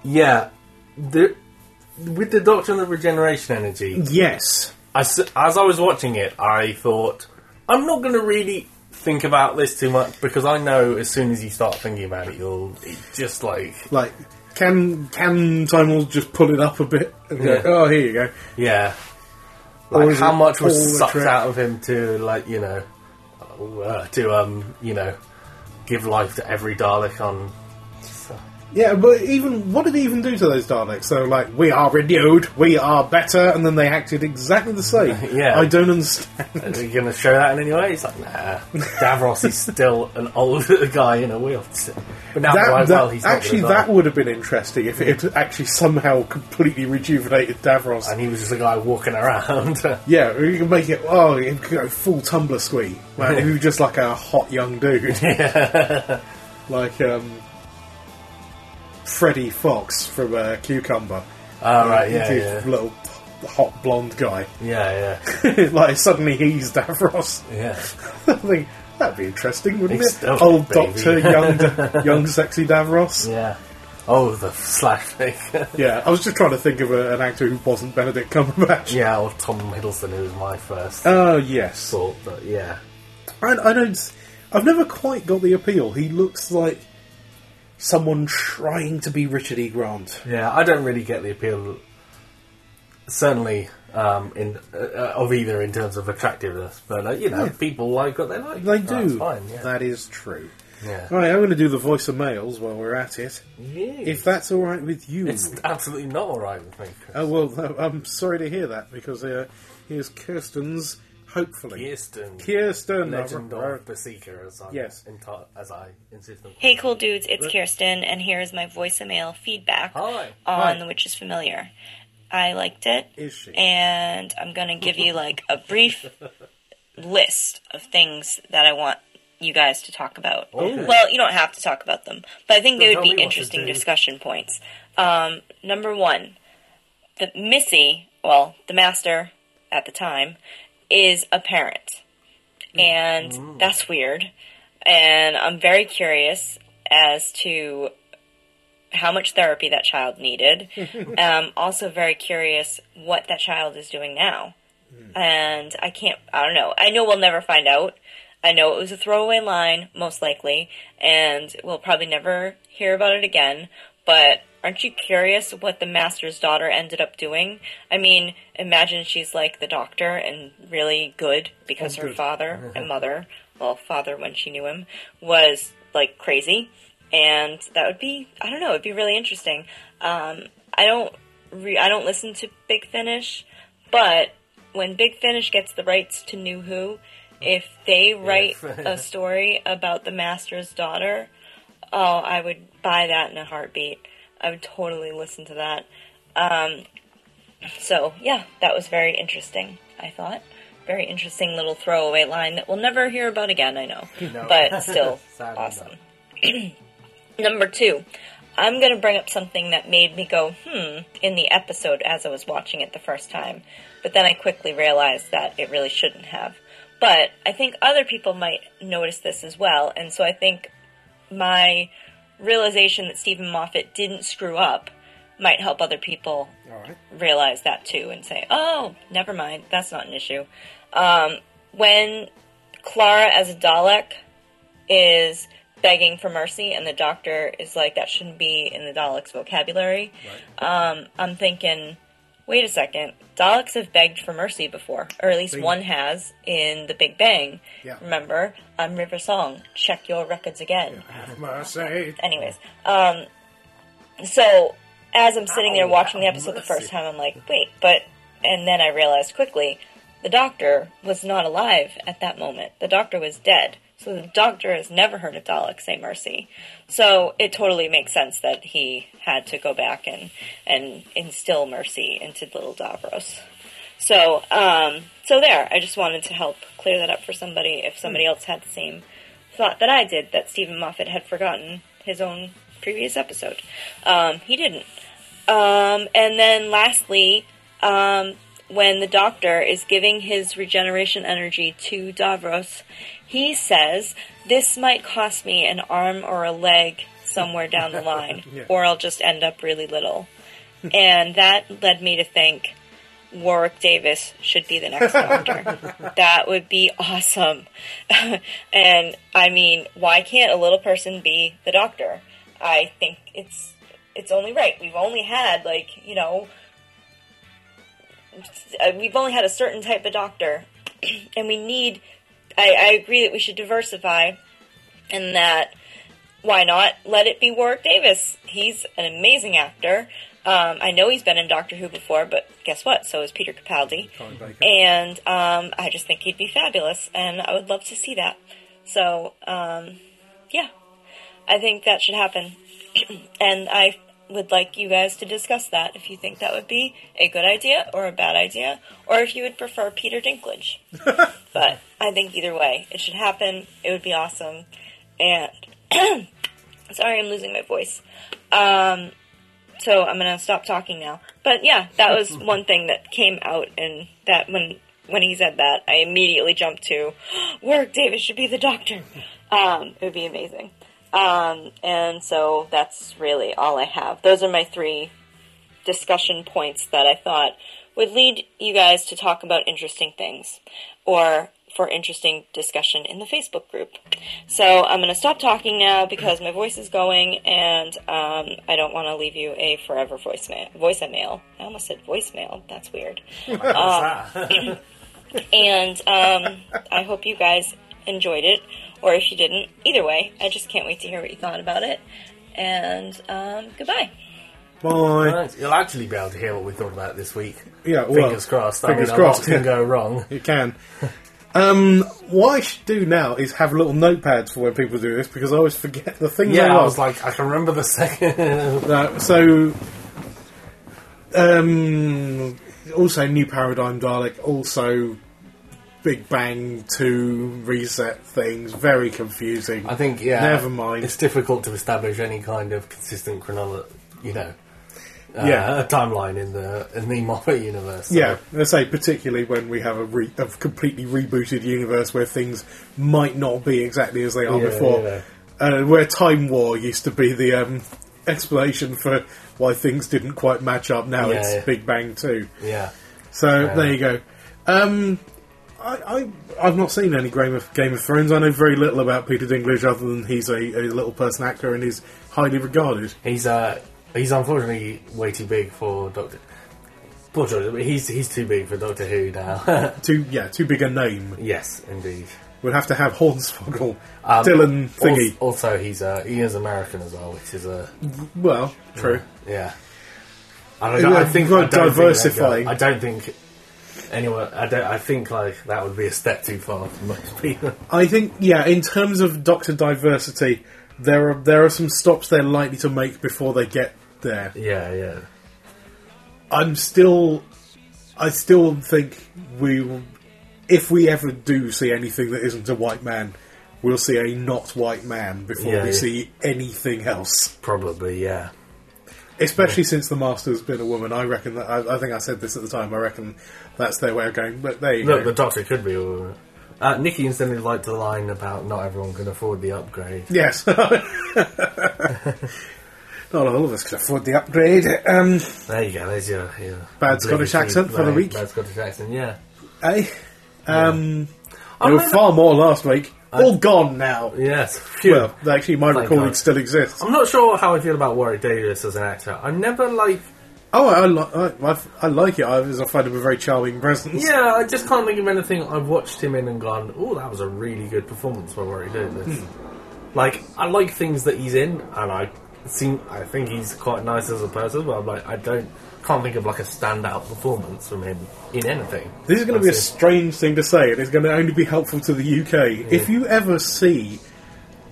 S4: Yeah, the, with the Doctor and the regeneration energy,
S3: Yes.
S4: I s as I was watching it, I thought I'm not going to really think about this too much because I know as soon as you start thinking about it, you'll it's just like
S3: Like, can can Time Lords just pull it up a bit and
S4: Yeah.
S3: go, oh, here you go.
S4: yeah,
S3: Or
S4: like
S3: is
S4: how
S3: it
S4: much
S3: all a
S4: was sucked
S3: trick?
S4: out of him to like you know uh, to um you know give life to every Dalek on
S3: Yeah, but even what did he even do to those Daleks? So like, we are renewed, we are better, and then they acted exactly the same.
S4: Yeah.
S3: I don't understand.
S4: Are you going to show that in any way? It's like, nah. Davros is still an old guy in a wheelchair. But now,
S3: That,
S4: well,
S3: that-
S4: well, he's not
S3: actually,
S4: gonna die.
S3: that would have been interesting if it had actually somehow completely rejuvenated Davros.
S4: And he was just a guy walking around.
S3: yeah, you can make it. Oh, you can go full tumbler squee. Like, if you're just like a hot young dude, like um, Freddie Fox from uh, Cucumber.
S4: All right, yeah,
S3: He's
S4: yeah.
S3: a little hot blonde guy.
S4: Yeah, yeah.
S3: like suddenly he's Davros.
S4: Yeah.
S3: I think that'd be interesting, wouldn't
S4: It's
S3: it?
S4: still
S3: Old
S4: baby.
S3: Doctor, young, Da- young, sexy Davros. Yeah.
S4: Yeah. Oh, the slash thing.
S3: I was just trying to think of a, an actor who wasn't Benedict Cumberbatch.
S4: yeah, or Tom Hiddleston, who was my first
S3: Oh yes,
S4: thought, but yeah.
S3: I, I don't. I've never quite got the appeal. He looks like someone trying to be Richard E. Grant.
S4: Yeah, I don't really get the appeal, certainly, um, in uh, uh, of either in terms of attractiveness, but, uh, you know, people like what they like.
S3: They do.
S4: That's fine, yeah.
S3: That is true.
S4: Yeah.
S3: Right, I'm going to do the voice of males while we're at it.
S4: Yeah.
S3: If that's all right with you.
S4: It's absolutely not alright with me, Chris.
S3: Oh well, I'm sorry to hear that because uh, here's Kirsten's hopefully.
S4: Kirsten.
S3: Kirsten.
S4: Legend
S3: I- I-
S4: of the Seeker, as, I'm
S3: Yes.
S4: enti- as I insist on.
S5: Hey, cool dudes, it's Kirsten, and here is my voice of mail feedback
S4: Hi.
S5: on
S3: Hi.
S5: The Witch is Familiar. I liked it,
S3: Is she?
S5: and I'm going to give you like a brief list of things that I want you guys to talk about. Well, you don't have to talk about them, but I think they
S4: Tell
S5: would be
S4: me what to
S5: interesting
S4: do.
S5: discussion points. Um, number one, the Missy, well, the master at the time, is a parent and
S4: Hmm.
S5: that's weird. And I'm very curious as to how much therapy that child needed. um, also, very curious what that child is doing now. And I can't, I don't know. I know we'll never find out. I know it was a throwaway line, most likely, and we'll probably never hear about it again. But aren't you curious what the master's daughter ended up doing? I mean, imagine she's like the doctor and really good because her father and mother, well, father when she knew him, was like crazy. And that would be, I don't know, it'd be really interesting. Um, I don't, re- I don't listen to Big Finish, but when Big Finish gets the rights to New Who, if they write a story about the master's daughter, oh, I would buy that in a heartbeat. I would totally listen to that. Um, so yeah, that was very interesting. I thought very interesting little throwaway line that we'll never hear about again. I know, but still
S4: Sadly not.
S5: awesome. Number two, I'm going to bring up something that made me go, hmm, in the episode as I was watching it the first time, but then I quickly realized that it really shouldn't have. But I think other people might notice this as well, and so I think my realization that Stephen Moffat didn't screw up might help other people realize that too and say, oh, never mind, that's not an issue. Um, when Clara as a Dalek is begging for mercy, and the doctor is like, that shouldn't be in the Daleks' vocabulary. Um, I'm thinking, wait a second, Daleks have begged for mercy before, or at least one has in The Big Bang.
S3: Yeah.
S5: Remember, I'm River Song. Check your records again.
S3: Mercy.
S5: Anyways, um, so as I'm sitting there watching the episode the first time, I'm like, wait, but, and then I realized quickly, the doctor was not alive at that moment. The doctor was dead. So the doctor has never heard of Dalek say mercy. So it totally makes sense that he had to go back and, and instill mercy into little Davros. So, um, so there. I just wanted to help clear that up for somebody if somebody else had the same thought that I did that Stephen Moffat had forgotten his own previous episode. Um, he didn't. Um, and then lastly, um, when the doctor is giving his regeneration energy to Davros, he says, This might cost me an arm or a leg somewhere down the line, or I'll just end up really little. and that led me to think Warwick Davis should be the next doctor. that would be awesome. and I mean, why can't a little person be the doctor? I think it's it's only right. We've only had like, you know, uh, we've only had a certain type of doctor, and we need. I, I agree that we should diversify, and that why not let it be Warwick Davis? He's an amazing actor. Um, I know he's been in Doctor Who before, but guess what? So is Peter Capaldi. And um, I just think he'd be fabulous, and I would love to see that. So, um, yeah, I think that should happen. and I would like you guys to discuss that if you think that would be a good idea or a bad idea, or if you would prefer Peter Dinklage. but I think either way, it should happen. It would be awesome. And sorry, I'm losing my voice. Um, so I'm gonna stop talking now. But yeah, that was one thing that came out, and that when when he said that, I immediately jumped to work. Davis should be the doctor. Um, it would be amazing. Um, and so that's really all I have. Those are my three discussion points that I thought would lead you guys to talk about interesting things or for interesting discussion in the Facebook group. So I'm going to stop talking now because my voice is going and um, I don't want to leave you a forever voicemail. Voicemail. I almost said voicemail. That's weird. Um,
S4: Ah.
S5: and um, I hope you guys enjoyed it, or if you didn't, either way, I just can't wait to hear what you thought about it. And um, goodbye.
S3: Bye.
S4: Right, You'll actually be able to hear what we thought about this week.
S3: Yeah, well,
S4: fingers crossed. That
S3: fingers
S4: fingers crossed.
S3: crossed,
S4: can
S3: yeah.
S4: go wrong.
S3: It can. Um, what I should do now is have little notepads for when people do this because I always forget the things I
S4: Yeah, I
S3: love.
S4: was like, I can remember the second.
S3: No, so, um, also New Paradigm Dalek, also Big Bang Two reset things. Very confusing.
S4: I think, yeah.
S3: Never mind.
S4: It's difficult to establish any kind of consistent chronology, you know, uh,
S3: Yeah.
S4: a timeline in the in the Marvel universe. So,
S3: Yeah, let's say particularly when we have a, re- a completely rebooted universe where things might not be exactly as they are
S4: Yeah,
S3: before.
S4: yeah.
S3: Uh, where Time War used to be the um, explanation for why things didn't quite match up. Now
S4: Yeah,
S3: it's
S4: yeah.
S3: Big Bang Two.
S4: yeah.
S3: So
S4: Yeah.
S3: there you go. Um, I, I I've not seen any Game of Game of Thrones. I know very little about Peter Dinklage other than he's a, a little person actor and he's highly regarded.
S4: He's uh he's unfortunately way too big for Doctor. Poor Doctor, but he's he's too big for Doctor Who now.
S3: Too yeah, too big a name.
S4: yes, indeed.
S3: We'll have to have Hornswoggle,
S4: Um,
S3: Dylan
S4: al-
S3: thingy.
S4: Also, he's uh, he is American as well, which is a
S3: Well, true.
S4: yeah. I don't know.
S3: Yeah,
S4: I think
S3: we've
S4: I
S3: got
S4: don't think that
S3: diversify.
S4: guy- I don't think anyone. I don't. I think like that would be a step too far for most people.
S3: I think yeah, in terms of doctor diversity, there are there are some stops they're likely to make before they get there.
S4: yeah, yeah.
S3: I'm still, I still think we, will- if we ever do see anything that isn't a white man, we'll see a not white man before
S4: Yeah,
S3: we
S4: yeah.
S3: see anything else.
S4: Probably, yeah.
S3: Especially since the master's been a woman. I reckon that I, I think I said this at the time. I reckon that's their way of going. But there you go.
S4: Look, the Doctor could be. all- Uh, Nikki instantly liked the line about not everyone can afford the upgrade.
S3: Yes. Not all of us can afford the upgrade. Um,
S4: There you go. There's your, your
S3: Bad Scottish
S4: obligatory
S3: accent for the
S4: bad-
S3: week.
S4: Bad Scottish accent, yeah.
S3: eh? Um,
S4: I
S3: there were
S4: mean,
S3: far more last week. All gone now.
S4: Yes. Phew.
S3: Well, actually, my
S4: Thank
S3: recording
S4: God.
S3: still exists.
S4: I'm not sure how I feel about Warwick Davis as an actor. I never like.
S3: Oh, I, li- I, I, I like it. I, I find him a very charming presence.
S4: Yeah, I just can't think of anything I've watched him in and gone, "Oh, that was a really good performance by Warwick Davis."
S3: Hmm.
S4: like, I like things that he's in, and I seem I think he's quite nice as a person, but I'm like, I don't can't think of like a standout performance from him in anything.
S3: This is going to be a
S4: That's it.
S3: strange thing to say, and it's going to only be helpful to the UK. If you ever see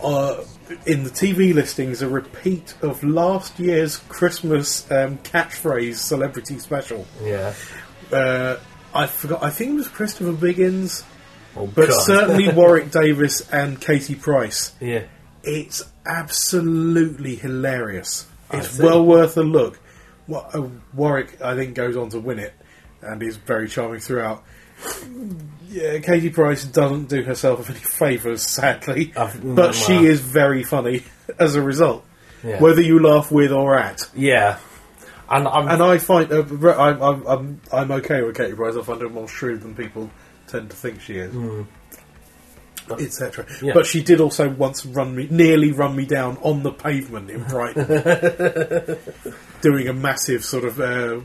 S3: uh, in the TV listings a repeat of last year's Christmas um, catchphrase celebrity special,
S4: yeah.
S3: uh, I forgot. I think it was Christopher Biggins,
S4: Oh,
S3: but
S4: God.
S3: certainly Warwick Davis and Katie Price.
S4: yeah.
S3: It's absolutely hilarious. It's
S4: see.
S3: well worth a look. Wa- uh, Warwick, I think, goes on to win it, and is very charming throughout. Yeah, Katie Price doesn't do herself any favours, sadly,
S4: I've-
S3: but
S4: mm,
S3: she
S4: wow.
S3: is very funny as a result.
S4: Yeah.
S3: Whether you laugh with or at,
S4: Yeah. And I'm
S3: and I find uh, re- I'm, I'm I'm I'm okay with Katie Price. I find her more shrewd than people tend to think she is, etc.
S4: Hmm. Yeah.
S3: But she did also once run me, nearly run me down on the pavement in Brighton, doing a massive sort of uh,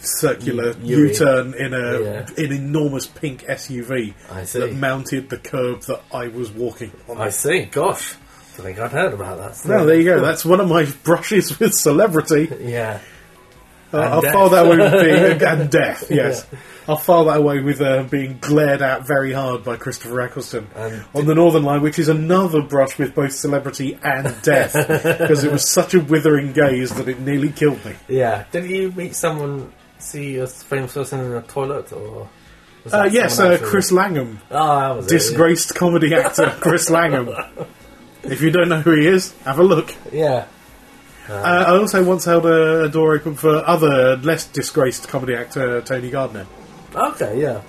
S3: circular
S4: U- U-
S3: U-turn in a
S4: Yeah.
S3: an enormous pink SUV
S4: I see.
S3: that mounted the curb that I was walking on.
S4: I see. Gosh, don't think I'd heard about that.
S3: No, there you go. That's one of my brushes with celebrity.
S4: Yeah.
S3: Uh,
S4: And
S3: I'll
S4: death.
S3: file that away with being and death. Yes, I'll file that away with uh, being glared at very hard by Christopher Eccleston
S4: And-
S3: on the Northern Line, which is another brush with both celebrity and death because it was such a withering gaze that it nearly killed me.
S4: Yeah. Did you meet someone, see a famous person in a toilet, or? was
S3: Uh,
S4: that
S3: yes, uh,
S4: someone else who-
S3: Chris Langham,
S4: Oh, that was it, yeah.
S3: disgraced comedy actor Chris Langham. If you don't know who he is, have a look.
S4: Yeah.
S3: Uh, I also once held a door open for other less disgraced comedy actor Tony Gardner
S4: Okay. Yeah.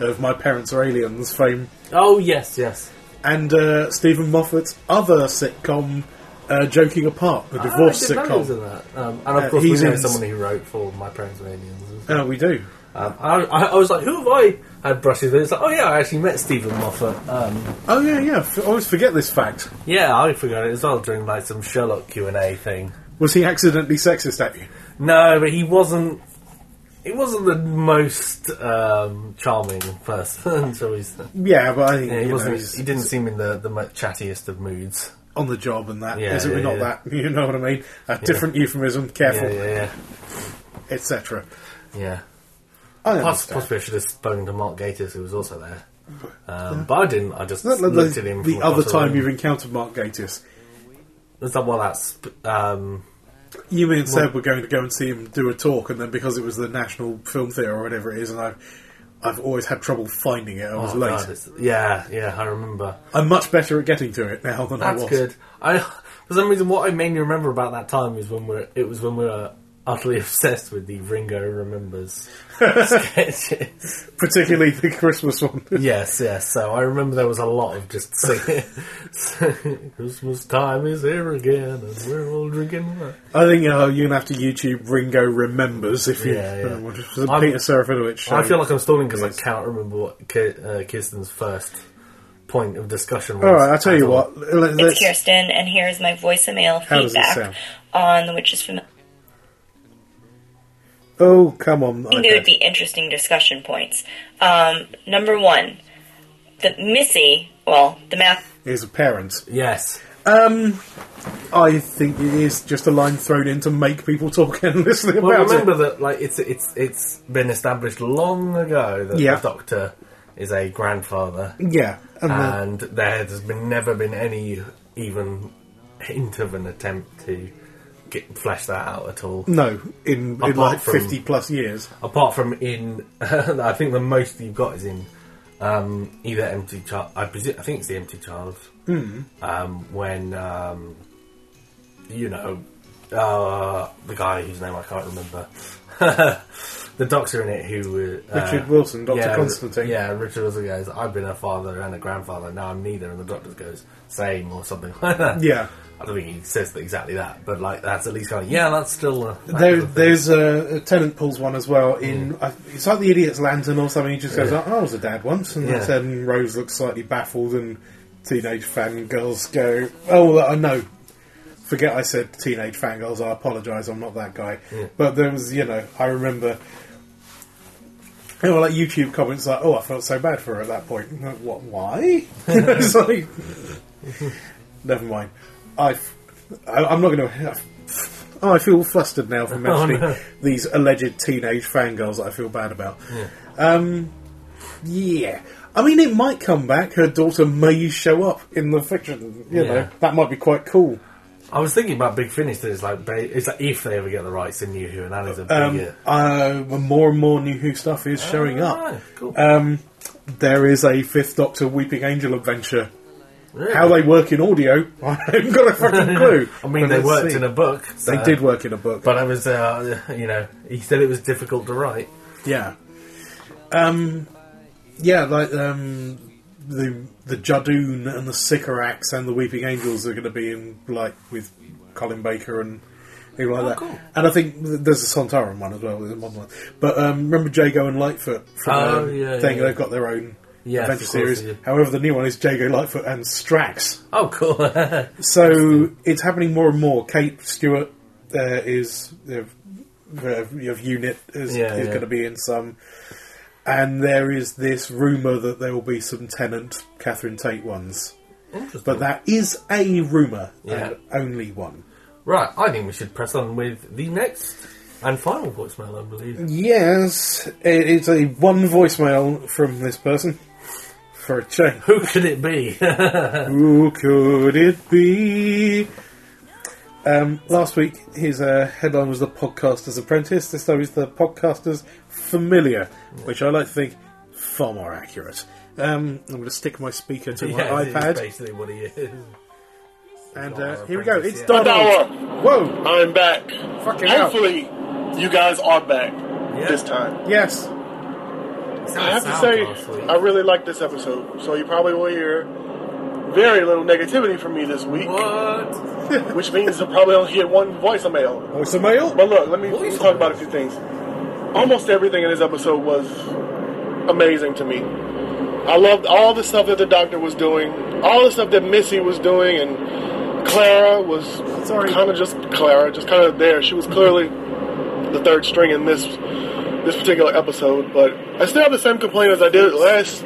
S3: of My Parents Are Aliens fame.
S4: Oh yes, yes.
S3: and uh, Stephen Moffat's other sitcom, uh, Joking Apart,
S4: Ah,
S3: the divorce
S4: I didn't know he was
S3: sitcom.
S4: in that. Um, and of
S3: Uh,
S4: course,
S3: he's
S4: we know
S3: in-
S4: someone who wrote for My Parents Were Aliens.
S3: Uh, we do.
S4: Um, I, I, I was like, who have I had brushes with? It's like, oh yeah, I actually met Stephen Moffat. Um,
S3: Oh yeah, yeah. F- always forget this fact.
S4: yeah, I forgot it as well during like some Sherlock Q and A thing.
S3: Was he accidentally sexist at you?
S4: No, but he wasn't. He wasn't the most um, charming person. so he's,
S3: Yeah, but I think
S4: yeah, he
S3: you know,
S4: wasn't.
S3: he's
S4: he didn't seem in the the mo- chattiest of moods.
S3: on the job and that.
S4: Yeah,
S3: is it
S4: yeah,
S3: not
S4: yeah.
S3: that? You know what I mean? A different euphemism.
S4: Yeah,
S3: Careful,
S4: yeah, yeah.
S3: etc.
S4: yeah.
S3: I
S4: Poss-
S3: understand.
S4: possibly I should have spoken to Mark Gatiss, who was also there. Um, But I didn't. I just
S3: Is that like
S4: looked
S3: the,
S4: at him.
S3: the
S4: from
S3: other
S4: across
S3: time
S4: room.
S3: you've encountered Mark Gatiss,
S4: Is that well? That's um,
S3: you and Seb were going to go and see him do a talk, and then because it was the National Film Theatre or whatever it is, and I've I've always had trouble finding it. I was
S4: oh,
S3: late.
S4: God, it's- yeah, yeah. I remember.
S3: I'm much better at getting to it now than I
S4: That's
S3: was.
S4: good. I for some reason what I mainly remember about that time is when we're it was when we were utterly obsessed with the Ringo remembers sketches.
S3: Particularly the Christmas one.
S4: Yes, yes. So I remember there was a lot of just singing. Christmas time is here again, and we're all drinking wine.
S3: I think uh, you're gonna have to YouTube Ringo remembers if you.
S4: Yeah, yeah.
S3: uh, what is it,
S4: I'm-
S3: Peter Serafinovich. show.
S4: I feel like I'm stalling because
S3: Yes.
S4: I can't remember what Ki- uh, Kirsten's first point of discussion was.
S3: All right, I'll tell you
S4: at all.
S3: what. let-
S5: It's
S3: let's-
S5: Kirsten, and here is my voice and mail
S3: How does this
S5: feedback
S3: sound?
S5: on the witches from.
S3: oh, come on.
S5: I think they would
S3: iPad.
S5: be interesting discussion points. Um, number one, the Missy, well, the math
S3: He's a parent.
S4: Yes.
S3: I think it is just a line thrown in to make people talk endlessly
S4: Well,
S3: about
S4: remember
S3: it.
S4: that like it's it's it's been established long ago that
S3: Yeah.
S4: the Doctor is a grandfather,
S3: Yeah, and uh, the-
S4: and there has been never been any even hint of an attempt to get flesh that out at all.
S3: no, in, in
S4: Apart
S3: like
S4: from-
S3: fifty plus years.
S4: Apart from in, I think the most you've got is in um, either Empty Child. I, presume, I think it's the Empty Child
S3: Hmm.
S4: um, when um, you know uh, the guy whose name I can't remember. the doctor in it who uh,
S3: Richard Wilson, Dr.
S4: yeah,
S3: Constantine.
S4: yeah Richard Wilson goes I've been a father and a grandfather now I'm neither and the doctor goes same or something like that
S3: Yeah.
S4: I don't think he says exactly that but like that's at least kind of yeah that's still uh, that's
S3: There,
S4: the thing.
S3: there's a, a tenant pulls one as well in I it's like the idiot's lantern or something. He just goes, "Oh, I was a dad once," and
S4: Yeah.
S3: then Rose looks slightly baffled, and teenage fangirls go, "Oh, I know." Forget I said teenage fangirls. I apologise. I'm not that guy. But there was, you know, I remember. There were like YouTube comments like, "Oh, I felt so bad for her at that point." I'm like, what? Why? it's like, never mind. I, I I'm not going to. Oh, I feel flustered now from mentioning
S4: Oh, no.
S3: these alleged teenage fangirls that I feel bad about. Yeah. Um, yeah. I mean, it might come back. Her daughter may show up in the fiction. You
S4: Yeah.
S3: know, that might be quite cool.
S4: I was thinking about Big Finish. That it's like ba- it's like if they ever get the rights in New Who, and that is a big
S3: Um,
S4: year.
S3: uh, more and more New Who stuff is showing up.
S4: Ah, cool.
S3: Um, there is a Fifth Doctor Weeping Angel adventure.
S4: Really?
S3: How they work in audio, I haven't got a fucking clue.
S4: I mean,
S3: But
S4: they
S3: let's
S4: worked
S3: see.
S4: in a book.
S3: They
S4: so-
S3: did work in a book.
S4: but I was, uh, you know, he said it was difficult to write.
S3: Yeah. Um, yeah, like um, the the Jadoon and the Sycorax and the Weeping Angels are going to be in like with Colin Baker and people like that.
S4: Oh, cool.
S3: And I think th- there's a Santaran one as well. There's a modern one. But um, remember Jago and Lightfoot from
S4: Oh,
S3: the
S4: yeah,
S3: thing?
S4: yeah.
S3: They've got their own.
S4: Yes, of
S3: adventure
S4: course
S3: series.
S4: they do.
S3: However, the new one is Jago Lightfoot and Strax.
S4: Oh, cool.
S3: So it's happening more and more. Kate Stewart uh, is uh, uh, of unit is,
S4: Yeah,
S3: is
S4: yeah.
S3: going to be in some, and there is this rumor that there will be some Tenant Catherine Tate ones. But that is a rumour,
S4: Yeah.
S3: and only one.
S4: Right, I think we should press on with the next and final voicemail, I believe.
S3: Yes, it is a one voicemail from this person. For a change.
S4: Who could it be?
S3: Who could it be? Um, last week, his uh, headline was The Podcaster's Apprentice. This time, it's The Podcaster's Familiar, which I like to think far more accurate. Um, I'm going to stick my speaker to my
S4: Yeah, it's
S3: iPad.
S4: basically what he is.
S3: And
S4: Not
S3: uh,
S4: our
S3: here we go. It's
S4: apprentice, yeah.
S3: Donald.
S6: Ottawa,
S3: Whoa!
S6: I'm back.
S3: Fucking hell.
S6: Hopefully, you guys are back this time.
S3: Yes.
S6: I have to say, I really like this episode. So you probably will hear very little negativity from me this week,
S4: What?
S6: which means you'll probably only hear one voicemail.
S3: Voice of mail?
S6: But look, let me, let me talk about a few things. Almost everything in this episode was amazing to me. I loved all the stuff that the doctor was doing, all the stuff that Missy was doing, and Clara was
S3: Sorry.
S6: kind of just Clara, just kind of there. She was clearly the third string in this this particular episode, but I still have the same complaint as I did last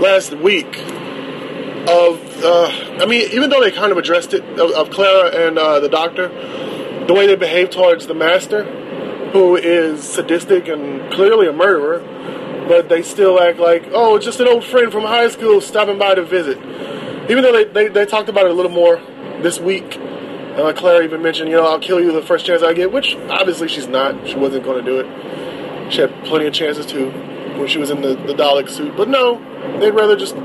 S6: last week. Of, uh, I mean, even though they kind of addressed it of, of Clara and uh, the doctor, the way they behave towards the master, who is sadistic and clearly a murderer, but they still act like, oh, it's just an old friend from high school stopping by to visit. Even though they, they, they talked about it a little more this week, uh, Clara even mentioned, you know, I'll kill you the first chance I get, which obviously she's not. She wasn't going to do it. She had plenty of chances to when she was in the, the Dalek suit, but no, they'd rather just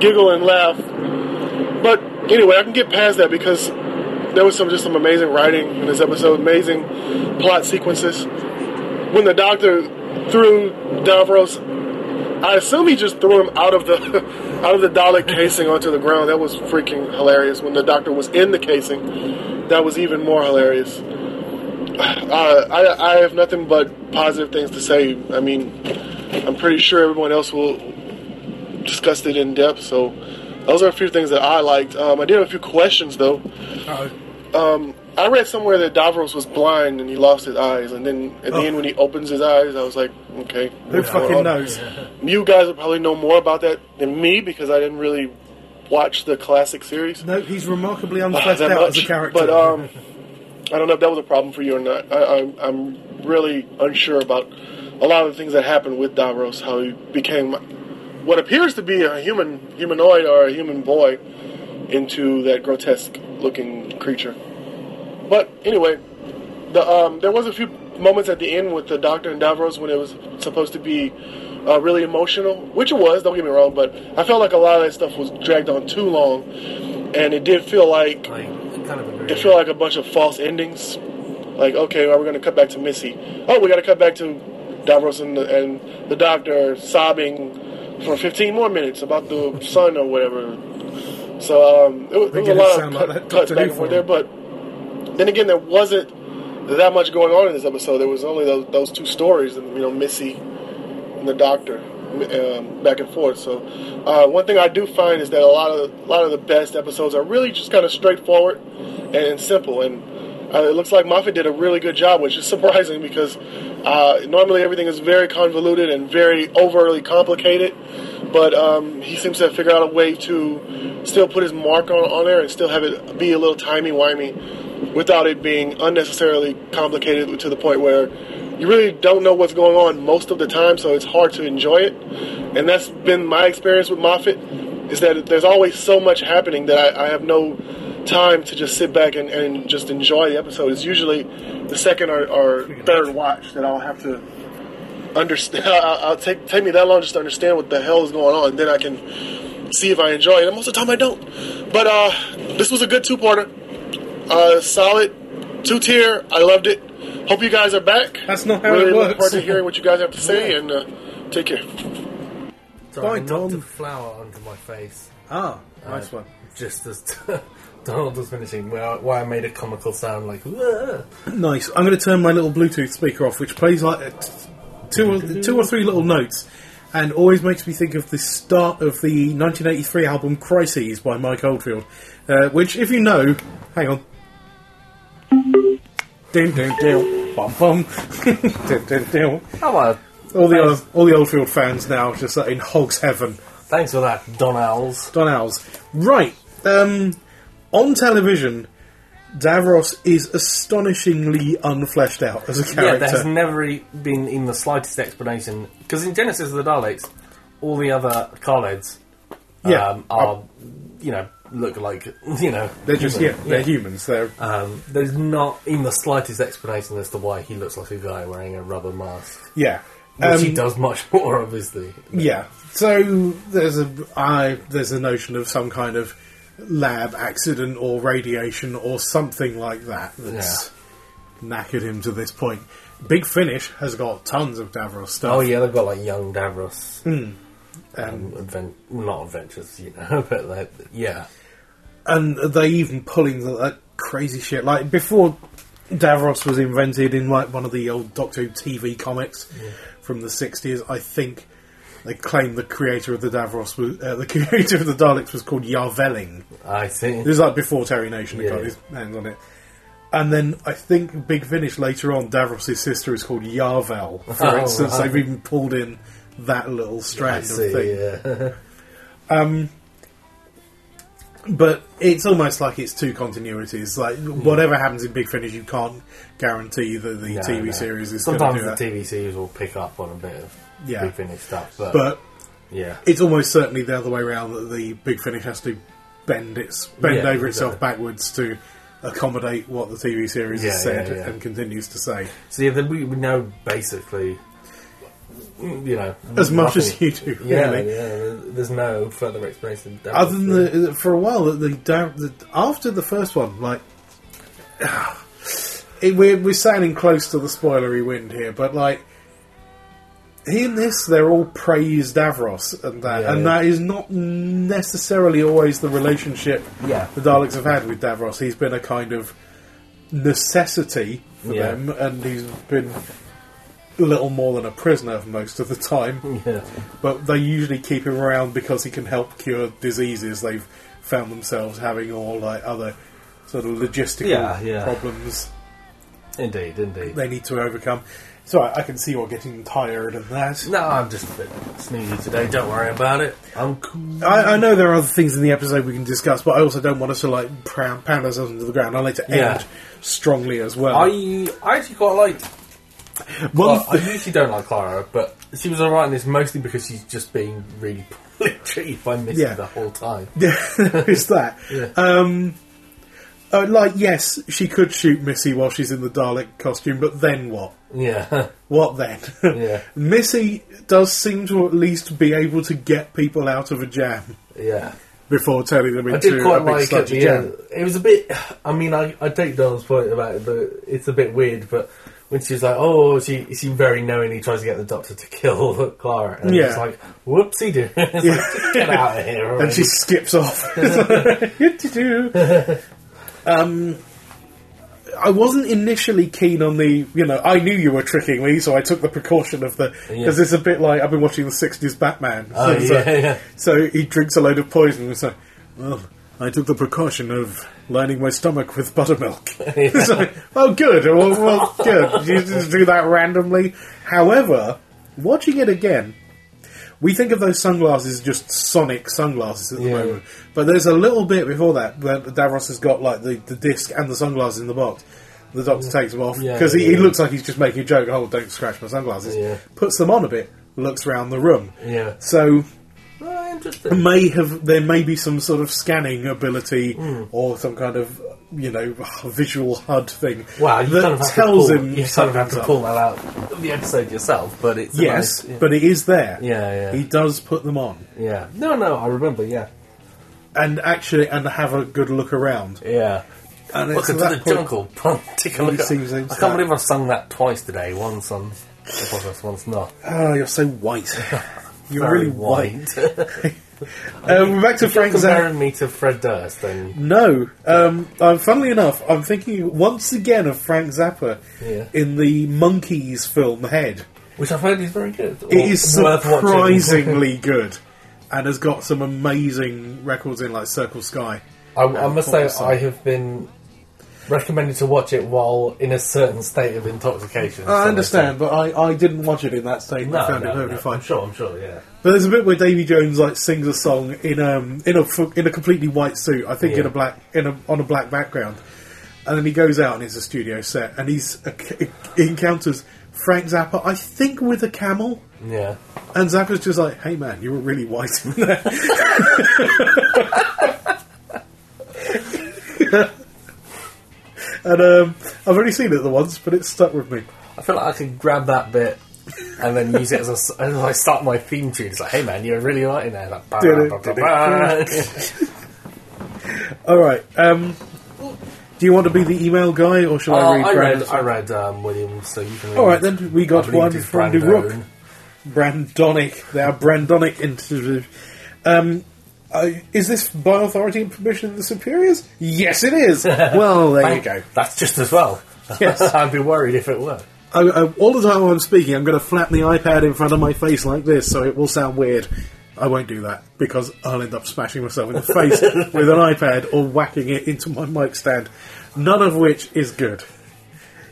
S6: giggle and laugh but anyway, I can get past that because there was some just some amazing writing in this episode, amazing plot sequences. When the doctor threw Davros, I assume he just threw him out of the out of the Dalek casing onto the ground. That was freaking hilarious. When the doctor was in the casing, that was even more hilarious. Uh, I, I have nothing but positive things to say. I mean, I'm pretty sure everyone else will discussed it in depth. So those are a few things that I liked. Um, I did have a few questions though. Um, I read somewhere that Davros was blind and he lost his eyes, and then at the end when he opens his eyes, I was like, okay,
S3: Who
S6: what's going
S3: fucking
S6: on?
S3: knows?
S6: You guys will probably know more about that than me because I didn't really watch the classic series
S3: No, he's remarkably
S6: uh,
S3: unfleshed
S6: that
S3: out
S6: much.
S3: as a character.
S6: But um, I don't know if that was a problem for you or not. I, I'm, I'm really unsure about a lot of the things that happened with Davros, how he became what appears to be a human humanoid or a human boy into that grotesque looking creature. But anyway, the um, there was a few moments at the end with the Doctor and Davros when it was supposed to be uh, really emotional, which it was. Don't get me wrong, but I felt like a lot of that stuff was dragged on too long, and it did feel like
S4: I kind of agree.
S6: it felt like a bunch of false endings. Like, okay, well, we're going to cut back to Missy. Oh, we got to cut back to Davros and the, and the doctor sobbing for 15 more minutes about the son or whatever. So um, it, was- it was a
S3: They didn't
S6: lot of
S3: sound
S6: cut,
S3: like that
S6: cuts
S3: Doctor
S6: back
S3: Who
S6: and forth
S3: for
S6: there. But then again, there wasn't that much going on in this episode. There was only those, those two stories, and you know, Missy and the doctor um, back and forth. So uh, one thing I do find is that a lot of a lot of the best episodes are really just kind of straightforward and simple. And uh, it looks like Moffat did a really good job, which is surprising because uh, normally everything is very convoluted and very overly complicated. But um, he seems to have figured out a way to still put his mark on, on there and still have it be a little timey wimey without it being unnecessarily complicated to the point where you really don't know what's going on most of the time, so it's hard to enjoy it. And that's been my experience with Moffat, is that there's always so much happening that I, I have no time to just sit back and, and just enjoy the episode. It's usually the second or, or third watch that I'll have to understand. I'll, I'll take take me that long just to understand what the hell is going on, and then I can see if I enjoy it. And most of the time, I don't. But uh, this was a good two-parter, uh, solid two-tier. I loved it. Hope you guys are back.
S3: That's not how
S6: really
S3: it
S6: look
S3: works.
S6: forward to hearing what you guys have to say, and uh, take care.
S4: Sorry, I
S3: Bye,
S4: knocked
S3: Tom.
S4: a flower onto my face.
S3: ah, nice
S4: Uh,
S3: one.
S4: Just as Donald was finishing, where I, where I made a comical sound like, "Whoa."
S3: Nice. I'm going to turn my little Bluetooth speaker off, which plays like uh, t- two or, two or three little notes, and always makes me think of the start of the 1983 album Crises by Mike Oldfield, uh, which, if you know, hang on. Dun, dun, dun, bum, bum. Dun, dun, dun.
S4: Oh, well,
S3: All the
S4: thanks,
S3: old, all the Oldfield fans now just uh, in hog's heaven.
S4: thanks for that, Donalds.
S3: Don Owls. Right. Um, on television, Davros is astonishingly unfleshed out as a
S4: Yeah,
S3: character.
S4: there has never e- been in the slightest explanation because in Genesis of the Daleks, all the other Khaleds um,
S3: Yeah. Uh,
S4: are you know look like you know
S3: they're just
S4: human.
S3: yeah, they're humans. They're
S4: Um, there's not in the slightest explanation as to why he looks like a guy wearing a rubber mask,
S3: yeah.
S4: which he
S3: Um,
S4: does much more obviously.
S3: Yeah. So there's a I, there's a notion of some kind of lab accident or radiation or something like that that's knackered him to this point. Big Finish has got tons of Davros stuff.
S4: Oh yeah, they've got like young Davros,
S3: Um,
S4: um, advent- not adventures, you know, but like yeah,
S3: and they even pulling the, that crazy shit. Like before Davros was invented in like one of the old Doctor Who TV comics from the sixties, I think they claimed the creator of the Davros was uh, the creator of the Daleks was called Yarveling.
S4: I see.
S3: This is like before Terry Nation had
S4: Yeah,
S3: got
S4: yeah.
S3: his hands on it. And then I think Big Finish later on, Davros' sister is called Yarvel, for
S4: Oh,
S3: instance.
S4: right.
S3: They've even pulled in that little
S4: I
S3: strand of
S4: see.
S3: thing.
S4: Yeah.
S3: But it's almost like it's two continuities. Like whatever happens in Big Finish, you can't guarantee that the
S4: Hmm. No,
S3: TV
S4: no.
S3: series is going to
S4: Sometimes
S3: do
S4: the
S3: that.
S4: TV series will pick up on a bit of
S3: Yeah.
S4: big finish stuff, but,
S3: but
S4: yeah,
S3: it's almost certainly the other way around that the Big Finish has to bend its bend
S4: Yeah,
S3: over itself
S4: exactly.
S3: backwards to accommodate what the TV series
S4: Yeah,
S3: has
S4: yeah,
S3: said
S4: yeah.
S3: and continues to say.
S4: so yeah, then we we know basically, you know,
S3: As much
S4: nothing.
S3: as you do,
S4: Yeah,
S3: really.
S4: yeah. there- There's no further explanation. Davros
S3: Other than
S4: really.
S3: the, for a while, the, the, down- the after the first one, like it, we're we're sounding close to the spoilery wind here, but like in this, they're all praised Davros and that,
S4: Yeah,
S3: and
S4: yeah.
S3: that is not necessarily always the relationship
S4: Yeah.
S3: the Daleks have had with Davros. He's been a kind of necessity for
S4: Yeah.
S3: them, and he's been little more than a prisoner most of the time
S4: yeah.
S3: but they usually keep him around because he can help cure diseases they've found themselves having or like other sort of logistical
S4: Yeah, yeah.
S3: problems
S4: Indeed, indeed.
S3: they need to overcome. So I, I can see you're getting tired of that.
S4: No, I'm just a bit snoozy today. Don't worry about it. I'm cool.
S3: I, I know there are other things in the episode we can discuss, but I also don't want us to like pound, pound ourselves into the ground. I like to end
S4: Yeah.
S3: strongly as well.
S4: I I actually quite liked.
S3: well,
S4: Well, I usually don't like Clara, but she was alright in this mostly because she's just being really poorly treated by Misty
S3: Yeah.
S4: the whole time.
S3: is that
S4: Yeah.
S3: um, uh, like yes, she could shoot Missy while she's in the Dalek costume, but then what?
S4: Yeah,
S3: What then?
S4: Yeah.
S3: Missy does seem to at least be able to get people out of a jam
S4: yeah.
S3: before turning them
S4: I
S3: into
S4: did quite
S3: a big
S4: like at
S3: sludgy
S4: the
S3: jam.
S4: end. It was a bit. I mean, I, I take Donald's point about it, but it's a bit weird. But when she was like, "Oh," she she very knowingly tries to get the doctor to kill Clara, and
S3: Yeah.
S4: it's like, "Whoopsie do!" It's like, get out of here!
S3: And
S4: already."
S3: she skips off. um, I wasn't initially keen on the, you know, I knew you were tricking me, so I took the precaution of the. Because
S4: Yeah.
S3: it's a bit like I've been watching the 60s Batman. uh,
S4: Oh,
S3: so,
S4: yeah, yeah.
S3: so he drinks a load of poison and it's like, well, I took the precaution of lining my stomach with buttermilk. It's like, oh, good. Well, well, good. You just do that randomly. However, watching it again, we think of those sunglasses as just Sonic sunglasses at the
S4: Yeah.
S3: moment. But there's a little bit before that where Davros has got like the, the disc and the sunglasses in the box. The doctor takes them off
S4: Yeah,
S3: because
S4: yeah,
S3: he, he
S4: yeah.
S3: looks like he's just making a joke. Oh, don't scratch my sunglasses.
S4: Yeah.
S3: Puts them on a bit. Looks round the room.
S4: Yeah.
S3: So
S4: Oh, interesting.
S3: may have there may be some sort of scanning ability
S4: Hmm.
S3: or some kind of you know visual HUD thing.
S4: Wow, you
S3: that
S4: kind of have
S3: tells
S4: to pull,
S3: him
S4: you kind of have
S3: something's
S4: to
S3: up.
S4: pull that out of the episode yourself, but it's a
S3: Yes,
S4: nice- yeah.
S3: but it is there.
S4: Yeah, yeah.
S3: He does put them on
S4: yeah, no, no, I remember, yeah,
S3: and actually and have a good look around.
S4: yeah.
S3: And
S4: Welcome
S3: at
S4: to
S3: that
S4: the
S3: point-
S4: jungle. Punk, take a
S3: Really
S4: look. At,
S3: seems
S4: I
S3: into
S4: can't
S3: that.
S4: believe I've sung that twice today. One song, once, once not.
S3: Oh, you're so white. You're
S4: Very
S3: really white.
S4: You're
S3: Um, we're back to Frank Zappa.
S4: comparing me to Fred Durst, then
S3: No, um, um, funnily enough, I'm thinking once again of Frank Zappa
S4: Yeah.
S3: in the Monkeys film Head.
S4: which I've heard is very good.
S3: It is
S4: worth watching.
S3: surprisingly good, and has got some amazing records in, like Circle Sky.
S4: I, I must say,
S3: Awesome.
S4: I have been Recommended to watch it while in a certain state of intoxication.
S3: I understand, but I, I didn't watch it in that state. and I found it perfectly fine.
S4: I'm sure, I'm sure, yeah.
S3: But there's a bit where Davy Jones like sings a song in um in a fu- in a completely white suit, I think in
S4: Yeah.
S3: a black in a on a black background, and then he goes out and it's a studio set, and he's uh, he encounters Frank Zappa, I think with a camel,
S4: Yeah.
S3: and Zappa's just like, "Hey man, you were really white in there." and um, I've only seen it the once, but it's stuck with me.
S4: I feel like I could grab that bit and then use it as, a s as I start my theme tune. It's like, hey man, you're really right in there. Like, bah, bah, bah, bah, bah.
S3: All right. Um, do you want to be the email guy, or shall I
S4: Uh,
S3: read?
S4: I read,
S3: Brandon's?
S4: I read um, Williams, so you can read.
S3: All right, then we got
S4: I believe
S3: one
S4: it is
S3: from the
S4: Brandon.
S3: Rook. Brandonic. They are Brandonic interview. Um, I is this by authority and permission of the superiors? Yes, it is. well, there you
S4: Thank-
S3: go.
S4: That's just as well.
S3: Yes.
S4: I'd be worried if it were.
S3: I, I, all the time while I'm speaking, I'm going to flatten the iPad in front of my face like this, so it will sound weird. I won't do that because I'll end up smashing myself in the face with an iPad or whacking it into my mic stand. None of which is good.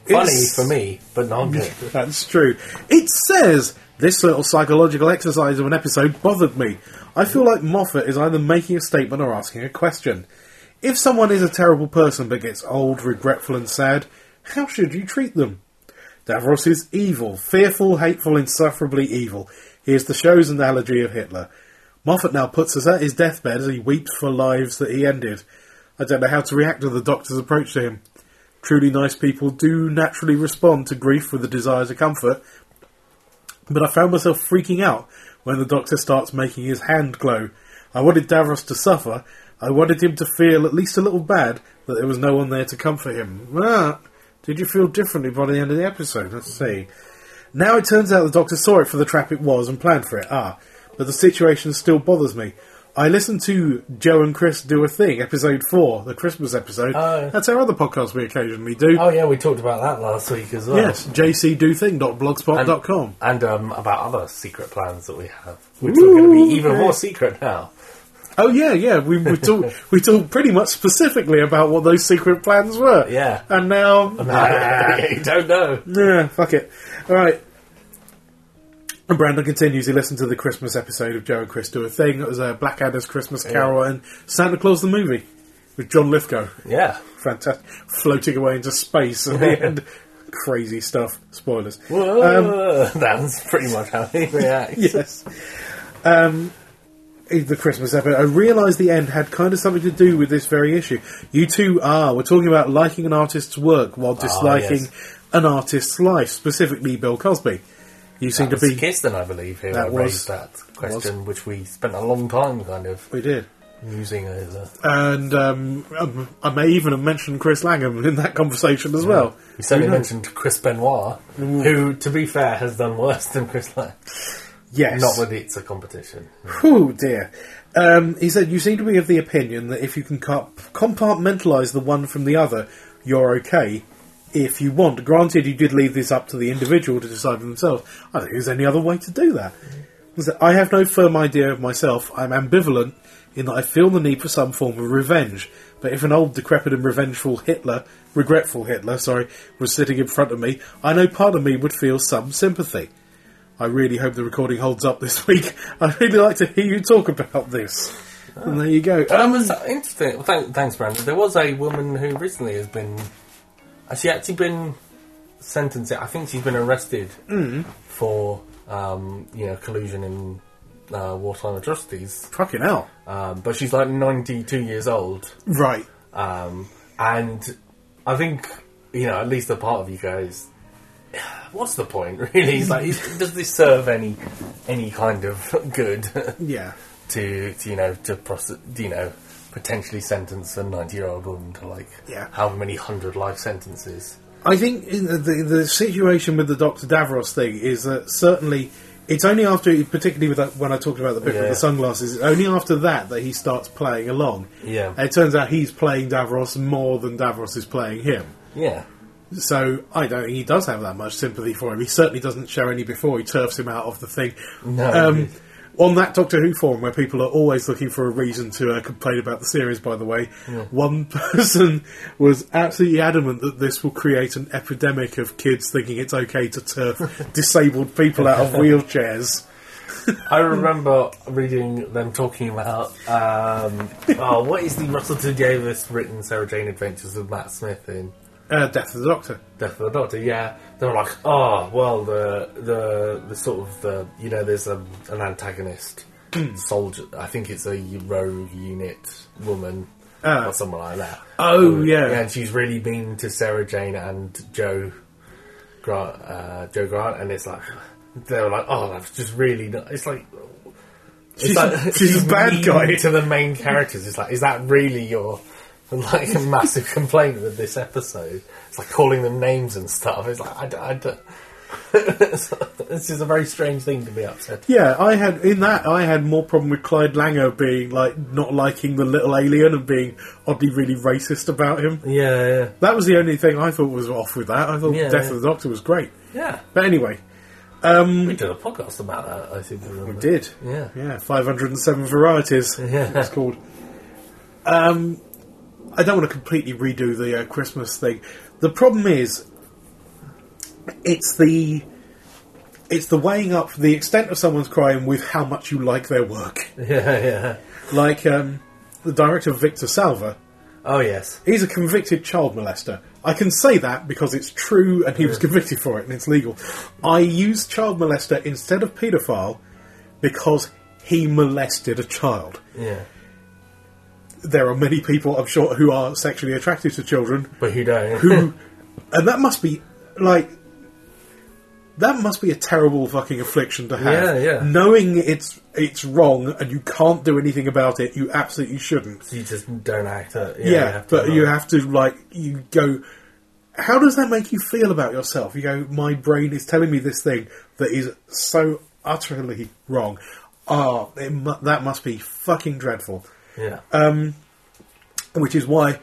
S4: Funny
S3: It's-
S4: for me, but not good.
S3: That's true. It says this little psychological exercise of an episode bothered me. I feel like Moffat is either making a statement or asking a question. If someone is a terrible person but gets old, regretful, and sad, how should you treat them? Davros is evil, fearful, hateful, insufferably evil. He is the show's analogy of Hitler. Moffat now puts us at his deathbed as he weeps for lives that he ended. I don't know how to react to the doctor's approach to him. Truly nice people do naturally respond to grief with a desire to comfort, but I found myself freaking out when the doctor starts making his hand glow. I wanted Davros to suffer. I wanted him to feel at least a little bad that there was no one there to comfort him. Ah, did you feel differently by the end of the episode? Let's see. Now it turns out the Doctor saw it for the trap it was and planned for it. Ah, but the situation still bothers me. I listened to Joe and Chris do a thing, episode four, the Christmas episode.
S4: Oh.
S3: That's our other podcast we occasionally do.
S4: Oh yeah, we talked about that last week as well.
S3: Yes, jcdothing.blogspot.com.
S4: and um, about other secret plans that we have, which are going to be even more secret now.
S3: Oh yeah, yeah. We we talked we talked pretty much specifically about what those secret plans were.
S4: Yeah.
S3: and now
S4: I don't know.
S3: yeah, fuck it. All right. And Brandon continues. He listened to the Christmas episode of Joe and Chris do a thing. It was a Blackadder's Christmas Carol and Santa Claus the movie with John Lithgow.
S4: Yeah.
S3: Fantastic, floating away into space at the end. Crazy stuff. Spoilers.
S4: Whoa. That's pretty much how he reacts.
S3: Um, yes. Um, in the Christmas episode, I realised the end had kind of something to do with this very issue. You two are, we're talking about liking an artist's work while disliking
S4: Ah, yes.
S3: an artist's life, specifically Bill Cosby. You seem
S4: That
S3: to
S4: was
S3: be.
S4: Kirsten, I believe, who
S3: That was-
S4: raised that question, which we spent a long time kind of
S3: We did.
S4: musing over.
S3: And um, um, I may even have mentioned Chris Langham in that conversation as well.
S4: We certainly
S3: Who knows? Mm.
S4: mentioned Chris Benoit, who, to be fair, has done worse than Chris Lang.
S3: Yes.
S4: Not that it's a competition.
S3: Oh dear. Um, he said, You seem to be of the opinion that if you can comp- compartmentalise the one from the other, you're okay if you want. Granted, you did leave this up to the individual to decide for themselves. I don't think there's any other way to do that. He said, I have no firm idea of myself. I'm ambivalent in that I feel the need for some form of revenge. But if an old, decrepit, and revengeful Hitler, regretful Hitler, sorry, was sitting in front of me, I know part of me would feel some sympathy. I really hope the recording holds up this week. I'd really like to hear you talk about this. And there you go.
S4: That
S3: Um,
S4: was interesting. Well, thank, thanks, Brandon. There was a woman who recently has been. Has she actually been sentenced? I think she's been arrested
S3: Mm.
S4: for um, you know collusion in uh, wartime atrocities.
S3: fucking hell.
S4: Um, but she's like ninety-two years old,
S3: Right.
S4: um, and I think you know at least a part of you guys. What's the point, really? It's like, is- does this serve any any kind of good?
S3: Yeah.
S4: to, to you know to prose- you know potentially sentence a 90 year old woman to like
S3: Yeah.
S4: however many hundred life sentences
S3: I think in the, the, the situation with the Dr. Davros thing is that certainly it's only after, particularly with that, when I talked about the bit with
S4: Yeah.
S3: the sunglasses, it's only after that that he starts playing along.
S4: Yeah.
S3: And it turns out he's playing Davros more than Davros is playing him.
S4: yeah
S3: So I don't think he does have that much sympathy for him. He certainly doesn't show any before he turfs him out of the thing.
S4: No,
S3: Um,
S4: indeed.
S3: on that Doctor Who forum where people are always looking for a reason to uh, complain about the series. By the way, one person was absolutely adamant that this will create an epidemic of kids thinking it's okay to turf disabled people out of wheelchairs.
S4: I remember reading them talking about um, oh, what is the Russell T Davis written Sarah Jane Adventures with Matt Smith in
S3: Uh, Death of the Doctor.
S4: Death of the Doctor? Yeah, they were like, oh, well, the the the sort of the you know, there's a, an antagonist
S3: Hmm.
S4: soldier. I think it's a rogue unit woman or someone like that.
S3: Ah. Oh,
S4: Um,
S3: yeah.
S4: and she's really mean to Sarah Jane and Joe Grant, uh, Joe Grant, and it's like they were like, oh, that's just really. Not, it's like it's
S3: She's-
S4: like-
S3: she's a bad
S4: mean
S3: guy.
S4: to the main characters. It's like, is that really your like a massive complaint with this episode? It's like calling them names and stuff. It's like I don't. I don't this is a very strange thing to be upset.
S3: Yeah, I had in that I had more problem with Clyde Langer being like not liking the little alien and being oddly really racist about him.
S4: Yeah, yeah,
S3: That was the only thing I thought was off with that. I thought
S4: Yeah,
S3: Death
S4: yeah.
S3: of the Doctor was great,
S4: yeah.
S3: but anyway,
S4: We did a podcast about that. I think
S3: we did.
S4: Yeah.
S3: yeah, five hundred and seven varieties.
S4: Yeah.
S3: it's called. Um, I don't want to completely redo the uh, Christmas thing. The problem is, it's the it's the weighing up the extent of someone's crime with how much you like their work.
S4: Yeah, yeah.
S3: like um, the director Victor Salva.
S4: Oh yes.
S3: He's a convicted child molester. I can say that because it's true and he was convicted for it and it's legal. I used child molester instead of paedophile because he molested a child.
S4: Yeah.
S3: There are many people, I'm sure, who are sexually attracted to children
S4: But who don't?
S3: who. and that must be, like. That must be a terrible fucking affliction to have.
S4: Yeah, yeah.
S3: Knowing it's it's wrong and you can't do anything about it, you absolutely shouldn't.
S4: you just don't act. Uh, yeah,
S3: yeah,
S4: you have to
S3: but you
S4: not.
S3: have to like you go how does that make you feel about yourself you go my brain is telling me this thing that is so utterly wrong oh it mu- that must be fucking dreadful
S4: Yeah.
S3: which is why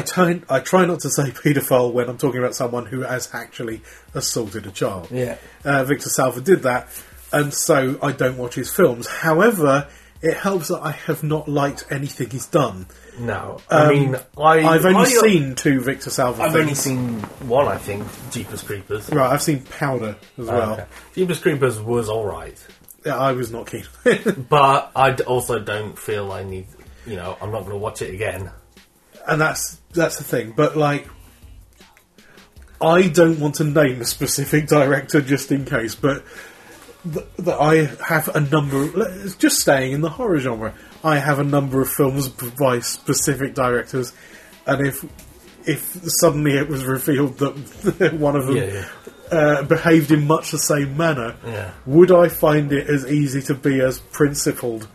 S3: I try, I try not to say paedophile when I'm talking about someone who has actually assaulted a child.
S4: Yeah.
S3: Uh, Victor Salva did that, and so I don't watch his films. However, it helps that I have not liked anything he's done.
S4: no, I mean, I
S3: Um, I've only
S4: I- uh,
S3: seen two Victor Salva
S4: I've
S3: things.
S4: only seen one. I think Jeepers Creepers. Uh,
S3: Right, I've seen Powder as well.
S4: Oh, Okay. Jeepers Creepers was all right,
S3: Yeah, I was not keen.
S4: but I d- also don't feel I need. You know, I'm not going to watch it again.
S3: and that's that's the thing. But like, I don't want to name a specific director just in case. But th- that I have a number. let- Just staying in the horror genre, I have a number of films b- by specific directors, and if if suddenly it was revealed that one of them.
S4: Yeah, yeah.
S3: Uh, behaved in much the same manner.
S4: Yeah.
S3: Would I find it as easy to be as principled,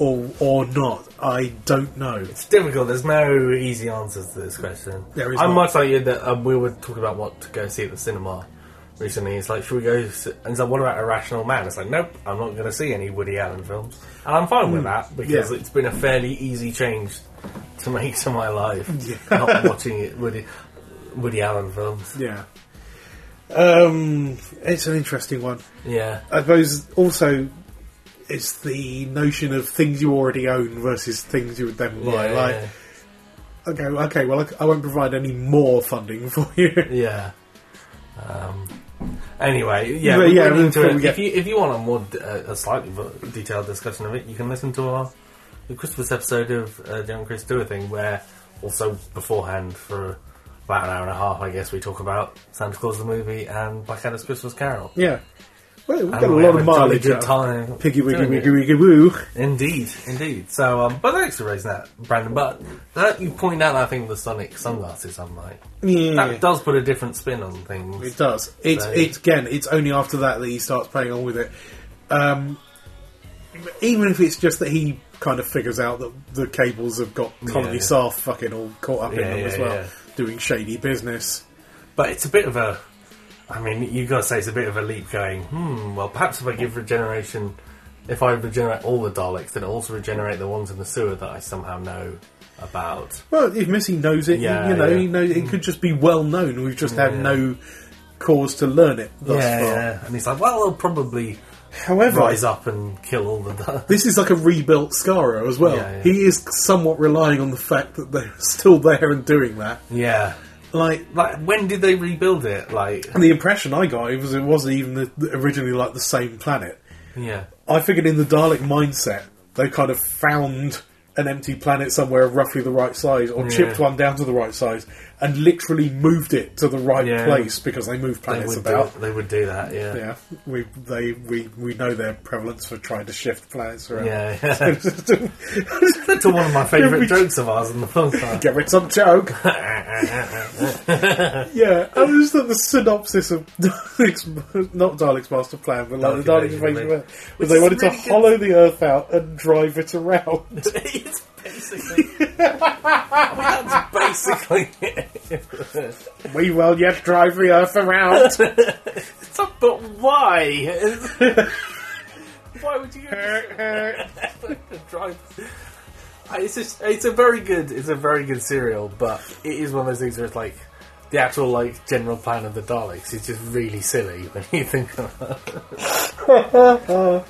S3: or or not? I don't know.
S4: It's difficult. There's no easy answers to this question.
S3: There is
S4: I'm
S3: not.
S4: much like you that um, we were talking about what to go see at the cinema recently. It's like, should we go? s and it's like, what about Irrational Man? It's like, nope, I'm not going to see any Woody Allen films, and I'm fine with that because
S3: Hmm. yeah.
S4: it's been a fairly easy change to make to my life. Not watching it Woody Woody Allen films.
S3: Yeah. Um, it's an interesting one.
S4: Yeah,
S3: I suppose also it's the notion of things you already own versus things you would then
S4: yeah,
S3: buy. like,
S4: yeah.
S3: okay, okay, well, I, I won't provide any more funding for you.
S4: Yeah. Um, anyway, yeah,
S3: But
S4: we
S3: yeah,
S4: went
S3: we-
S4: into
S3: we
S4: it.
S3: get-
S4: If you if you want a more d- uh, a slightly v- detailed discussion of it, you can listen to our the Christmas episode of uh, John Chris Do a Thing, where also beforehand for about an hour and a half, I guess we talk about Santa Claus the movie and Blackadder's Christmas Carol.
S3: Yeah. Well, we've
S4: And
S3: got a
S4: we
S3: lot
S4: had
S3: of
S4: a jolly
S3: mileage.
S4: good
S3: out of
S4: time
S3: Piggy wiggy
S4: doing
S3: wiggy
S4: it.
S3: wiggy woo.
S4: Indeed, indeed. So, um, but thanks for raising that, Brandon. But that you point out, I think the Sonic sunglasses. I'm like,
S3: Yeah.
S4: that does put a different spin on things.
S3: It does. It's
S4: So-
S3: it's again. It's only after that that he starts playing on with it. Um, even if it's just that he kind of figures out that the cables have got colony
S4: Yeah.
S3: staff fucking all caught up in
S4: Yeah,
S3: them
S4: yeah,
S3: as well,
S4: yeah.
S3: doing shady business.
S4: But it's a bit of a. I mean, you got to say it's a bit of a leap going, hmm, well, perhaps if I give regeneration. If I regenerate all the Daleks, then it'll also regenerate the ones in the sewer that I somehow know about.
S3: Well, if Missy knows it,
S4: Yeah,
S3: you know,
S4: yeah.
S3: he knows, it could just be well known. We've just had no cause to learn it thus far.
S4: And he's like, well, they'll probably
S3: However,
S4: rise up and kill all the.
S3: this is like a rebuilt Scarra as well.
S4: Yeah, yeah.
S3: He is somewhat relying on the fact that they're still there and doing that.
S4: yeah.
S3: Like,
S4: Like, when did they rebuild it? Like,
S3: the impression I got was it wasn't even the, the- originally like the same planet.
S4: yeah.
S3: I figured in the Dalek mindset, they kind of found an empty planet somewhere of roughly the right size, or chipped one down to the right size, and literally moved it to the right
S4: Yeah.
S3: place because they move
S4: They
S3: planets
S4: would,
S3: about.
S4: do, they would do that, yeah.
S3: Yeah, we they we, we know their prevalence for trying to shift planets around.
S4: Yeah, yeah. That's one of my
S3: We-
S4: favourite jokes of ours on the podcast.
S3: Get rid of some joke. yeah, I was that the synopsis of Dalek's, not Dalek's master plan, but like the
S4: Dalek
S3: Dalek's
S4: Invasion,
S3: invasion
S4: mate.
S3: plan, was
S4: Which
S3: they
S4: is
S3: wanted
S4: really
S3: to
S4: good.
S3: hollow the Earth out and drive it around.
S4: it's basically. I mean, that's basically. it.
S3: we will yet drive the Earth around.
S4: So- but why? why would you drive? I- Uh, It's just, it's a very good it's a very good serial, but it is one of those things where it's like the actual like general plan of the Daleks is just really silly when you think about it.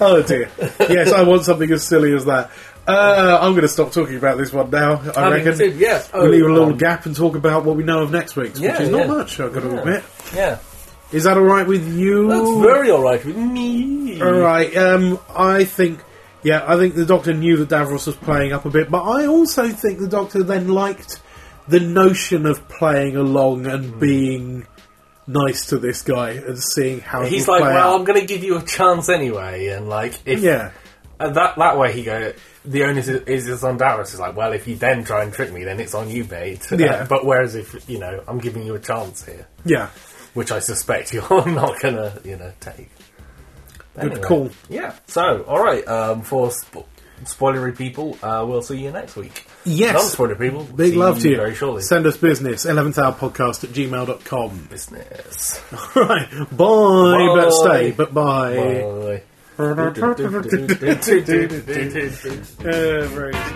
S3: oh dear. Yes, I want something as silly as that. Uh, I'm going to stop talking about this one now. I,
S4: I mean,
S3: reckon.
S4: it's- yeah.
S3: we'll leave a little
S4: um,
S3: gap and talk about what we know of next week's,
S4: Yeah,
S3: which is not
S4: yeah.
S3: much. I've got to
S4: Yeah.
S3: admit.
S4: Yeah,
S3: Is that all right with you?
S4: that's very all right with me.
S3: All right. Um, I think, yeah, I think the Doctor knew that Davros was playing up a bit, but I also think the Doctor then liked the notion of playing along
S4: Hmm.
S3: and being nice to this guy and seeing how
S4: He's
S3: it would
S4: like,
S3: play
S4: well,
S3: out.
S4: I'm going to give you a chance anyway, and like if
S3: yeah,
S4: And that that way he go. The onus is, is, is on Davros. Is like, well, if you then try and trick me, then it's on you, mate.
S3: Yeah.
S4: but whereas if you know, I'm giving you a chance here,
S3: yeah.
S4: which I suspect you're not gonna, you know, take.
S3: Good call.
S4: Yeah. So, all right. Um, for spo- spoilery people, uh, we'll see you next week.
S3: Yes.
S4: Non-spoilery people,
S3: Big
S4: see
S3: love to you.
S4: very shortly.
S3: Send us business, 11th hour podcast at gmail.com.
S4: Business.
S3: right. Bye.
S4: Bye.
S3: But stay. But bye.
S4: Bye.
S3: Uh, right.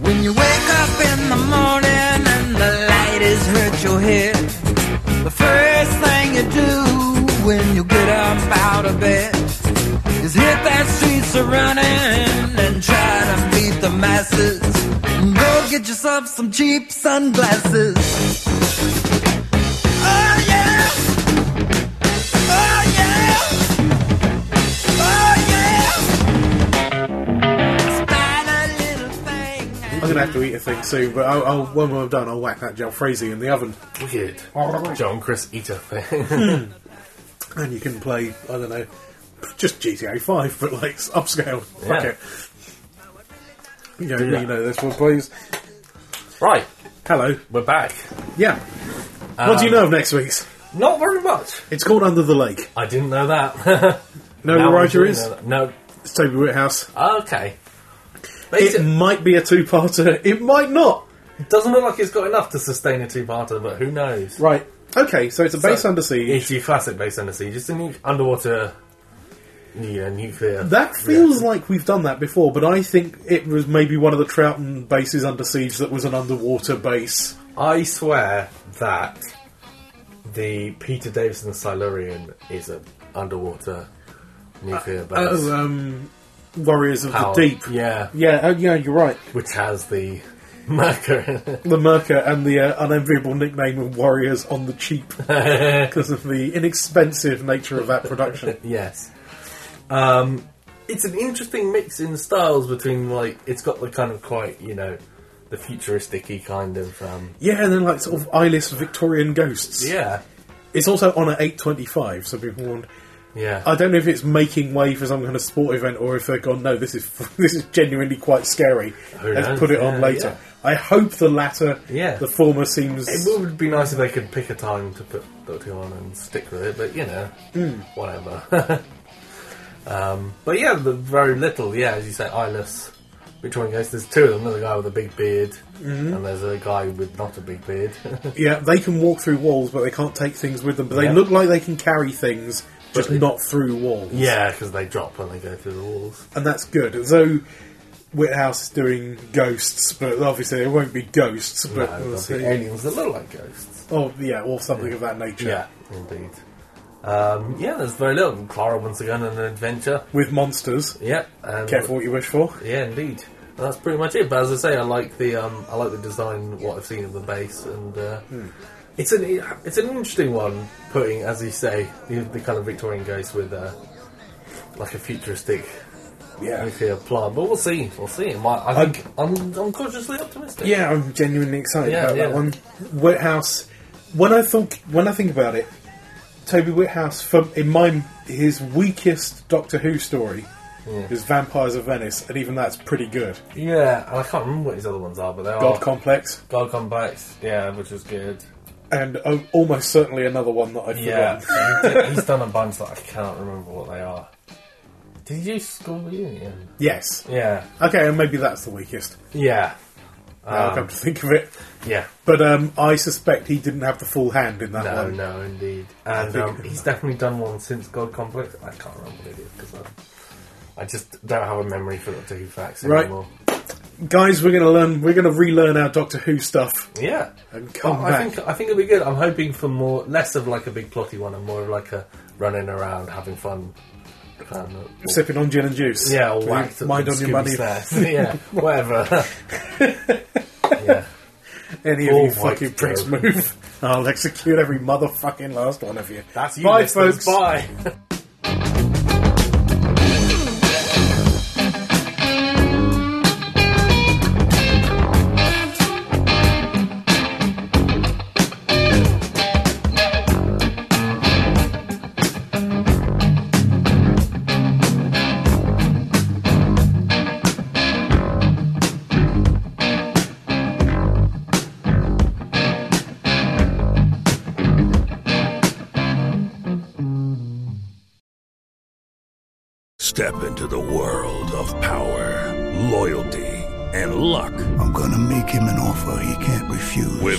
S2: When you wake up in the morning and the light has hurt your head, the first thing you do when you get up out of bed is hit that streets of running and try to beat the masses. And go get yourself some cheap sunglasses. Oh yeah! Oh yeah! Oh yeah! Spot a little thing.
S3: I'm gonna have to eat a thing soon, but I'll, I'll, when I'm done, I'll whack that Gelfrezi in the oven,
S4: Wicked. John Chris Eater thing.
S3: and you can play I don't know, just GTA Five, but like s- upscale. Fuck
S4: Yeah.
S3: it. You know,
S4: that.
S3: you know this one, please.
S4: right.
S3: Hello.
S4: We're back.
S3: Yeah. what
S4: Um,
S3: do you know of next week's?
S4: Not very much.
S3: It's called Under the Lake.
S4: I didn't know that.
S3: No
S4: Now I
S3: writer
S4: do
S3: is
S4: know that. No. Ah,
S3: it's Toby Whithouse.
S4: Okay.
S3: It
S4: It
S3: might be a two-parter. It might not.
S4: doesn't look like it's got enough to sustain a two-parter, but who knows?
S3: Right. Okay. So it's a base under siege.
S4: It's your classic base under siege. It's a nu- underwater, yeah, nuclear.
S3: That feels like we've done that before, but I think it was maybe one of the Trouton bases under siege that was an underwater base.
S4: I swear that the Peter Davison Silurian is an underwater nuclear base.
S3: Oh, um, Warriors of
S4: Power.
S3: the Deep.
S4: Yeah,
S3: Yeah, oh, yeah, you're right.
S4: which has the marker.
S3: The Merker and the uh, unenviable nickname of Warriors on the cheap because of the inexpensive nature of that production.
S4: Yes. Um, it's an interesting mix in styles between like it's got the kind of quite you know the futuristic-y kind of um,
S3: yeah, and then like sort of eyeless Victorian ghosts.
S4: yeah
S3: It's also on at 8.25, so be warned.
S4: yeah
S3: I don't know if it's making way for some kind of sport event or if they're gone, no, this is this is genuinely quite scary.
S4: Who
S3: Let's
S4: knows?
S3: put it on
S4: Yeah,
S3: later. I hope the latter,
S4: Yeah.
S3: the former seems...
S4: It would be nice if they could pick a time to put Doctor Who on and stick with it, but you know, whatever. um, but yeah, the very little, yeah, as you say, eyeless. Which one goes? There's two of them. There's a guy with a big beard, and there's a guy with not a big beard.
S3: Yeah, they can walk through walls, but they can't take things with them. But they
S4: Yeah.
S3: look like they can carry things, just
S4: they-
S3: not through walls.
S4: yeah, because they drop when they go through the walls.
S3: and that's good. So Whithouse is doing ghosts, but obviously they won't be ghosts. But
S4: No,
S3: we'll
S4: there'll be
S3: see.
S4: aliens that look like ghosts.
S3: Oh yeah, or something of that nature.
S4: indeed. Um, yeah, there's very little. Clara once again on an adventure.
S3: with monsters.
S4: Yep. Um,
S3: Careful what you wish for.
S4: Yeah, indeed. And that's pretty much it. But as I say, I like the um, I like the design, what I've seen of the base, and uh,
S3: Hmm.
S4: it's an it's an interesting one. Putting, as you say, the, the kind of Victorian ghost with uh, like a futuristic nuclear plant. But we'll see. We'll see. It might, I
S3: I'm-
S4: think I'm I'm cautiously optimistic.
S3: Yeah, I'm genuinely excited
S4: Yeah,
S3: about that
S4: yeah.
S3: one. Whithouse. When I think when I think about it, Toby Whithouse, for, in my his weakest Doctor Who story,
S4: Hmm.
S3: is Vampires of Venice, and even that's pretty good.
S4: Yeah, and I can't remember what his other ones are, but they
S3: God
S4: are
S3: Complex,
S4: God Complex. Yeah, which is good.
S3: and um, almost certainly another one that I've
S4: Yeah,
S3: forgotten.
S4: he did- he's done a bunch that I cannot remember what they are. Did he do School Reunion?
S3: Yes.
S4: Yeah,
S3: Okay, and maybe that's the weakest.
S4: yeah,
S3: Now
S4: Ah.
S3: I've come to think of it.
S4: yeah.
S3: But um, I suspect he didn't have the full hand in that
S4: No,
S3: one.
S4: no, indeed. And
S3: think-
S4: um, he's definitely done one since God Complex. I can't remember what it is because I, I just don't have a memory for the two facts
S3: Right.
S4: anymore.
S3: Guys, we're going to learn. We're going to relearn our Doctor Who stuff.
S4: Yeah,
S3: And come
S4: Well, I
S3: back.
S4: think I think it'll be good. I'm hoping for more, less of like a big plotty one, and more of like a running around, having fun. Um, kind of-
S3: Sipping on gin and juice.
S4: Yeah, or
S3: With
S4: whacked at
S3: mind
S4: them,
S3: on your
S4: Scooby
S3: money.
S4: Snacks. yeah, whatever. yeah.
S3: Any of
S4: All
S3: you
S4: white
S3: fucking pricks
S4: girl.
S3: move, I'll execute every motherfucking last one of you.
S4: That's you,
S3: Bye,
S4: listeners.
S3: folks.
S4: Bye.
S6: Step into the world of power, loyalty, and luck
S7: I'm gonna make him an offer he can't refuse.
S6: with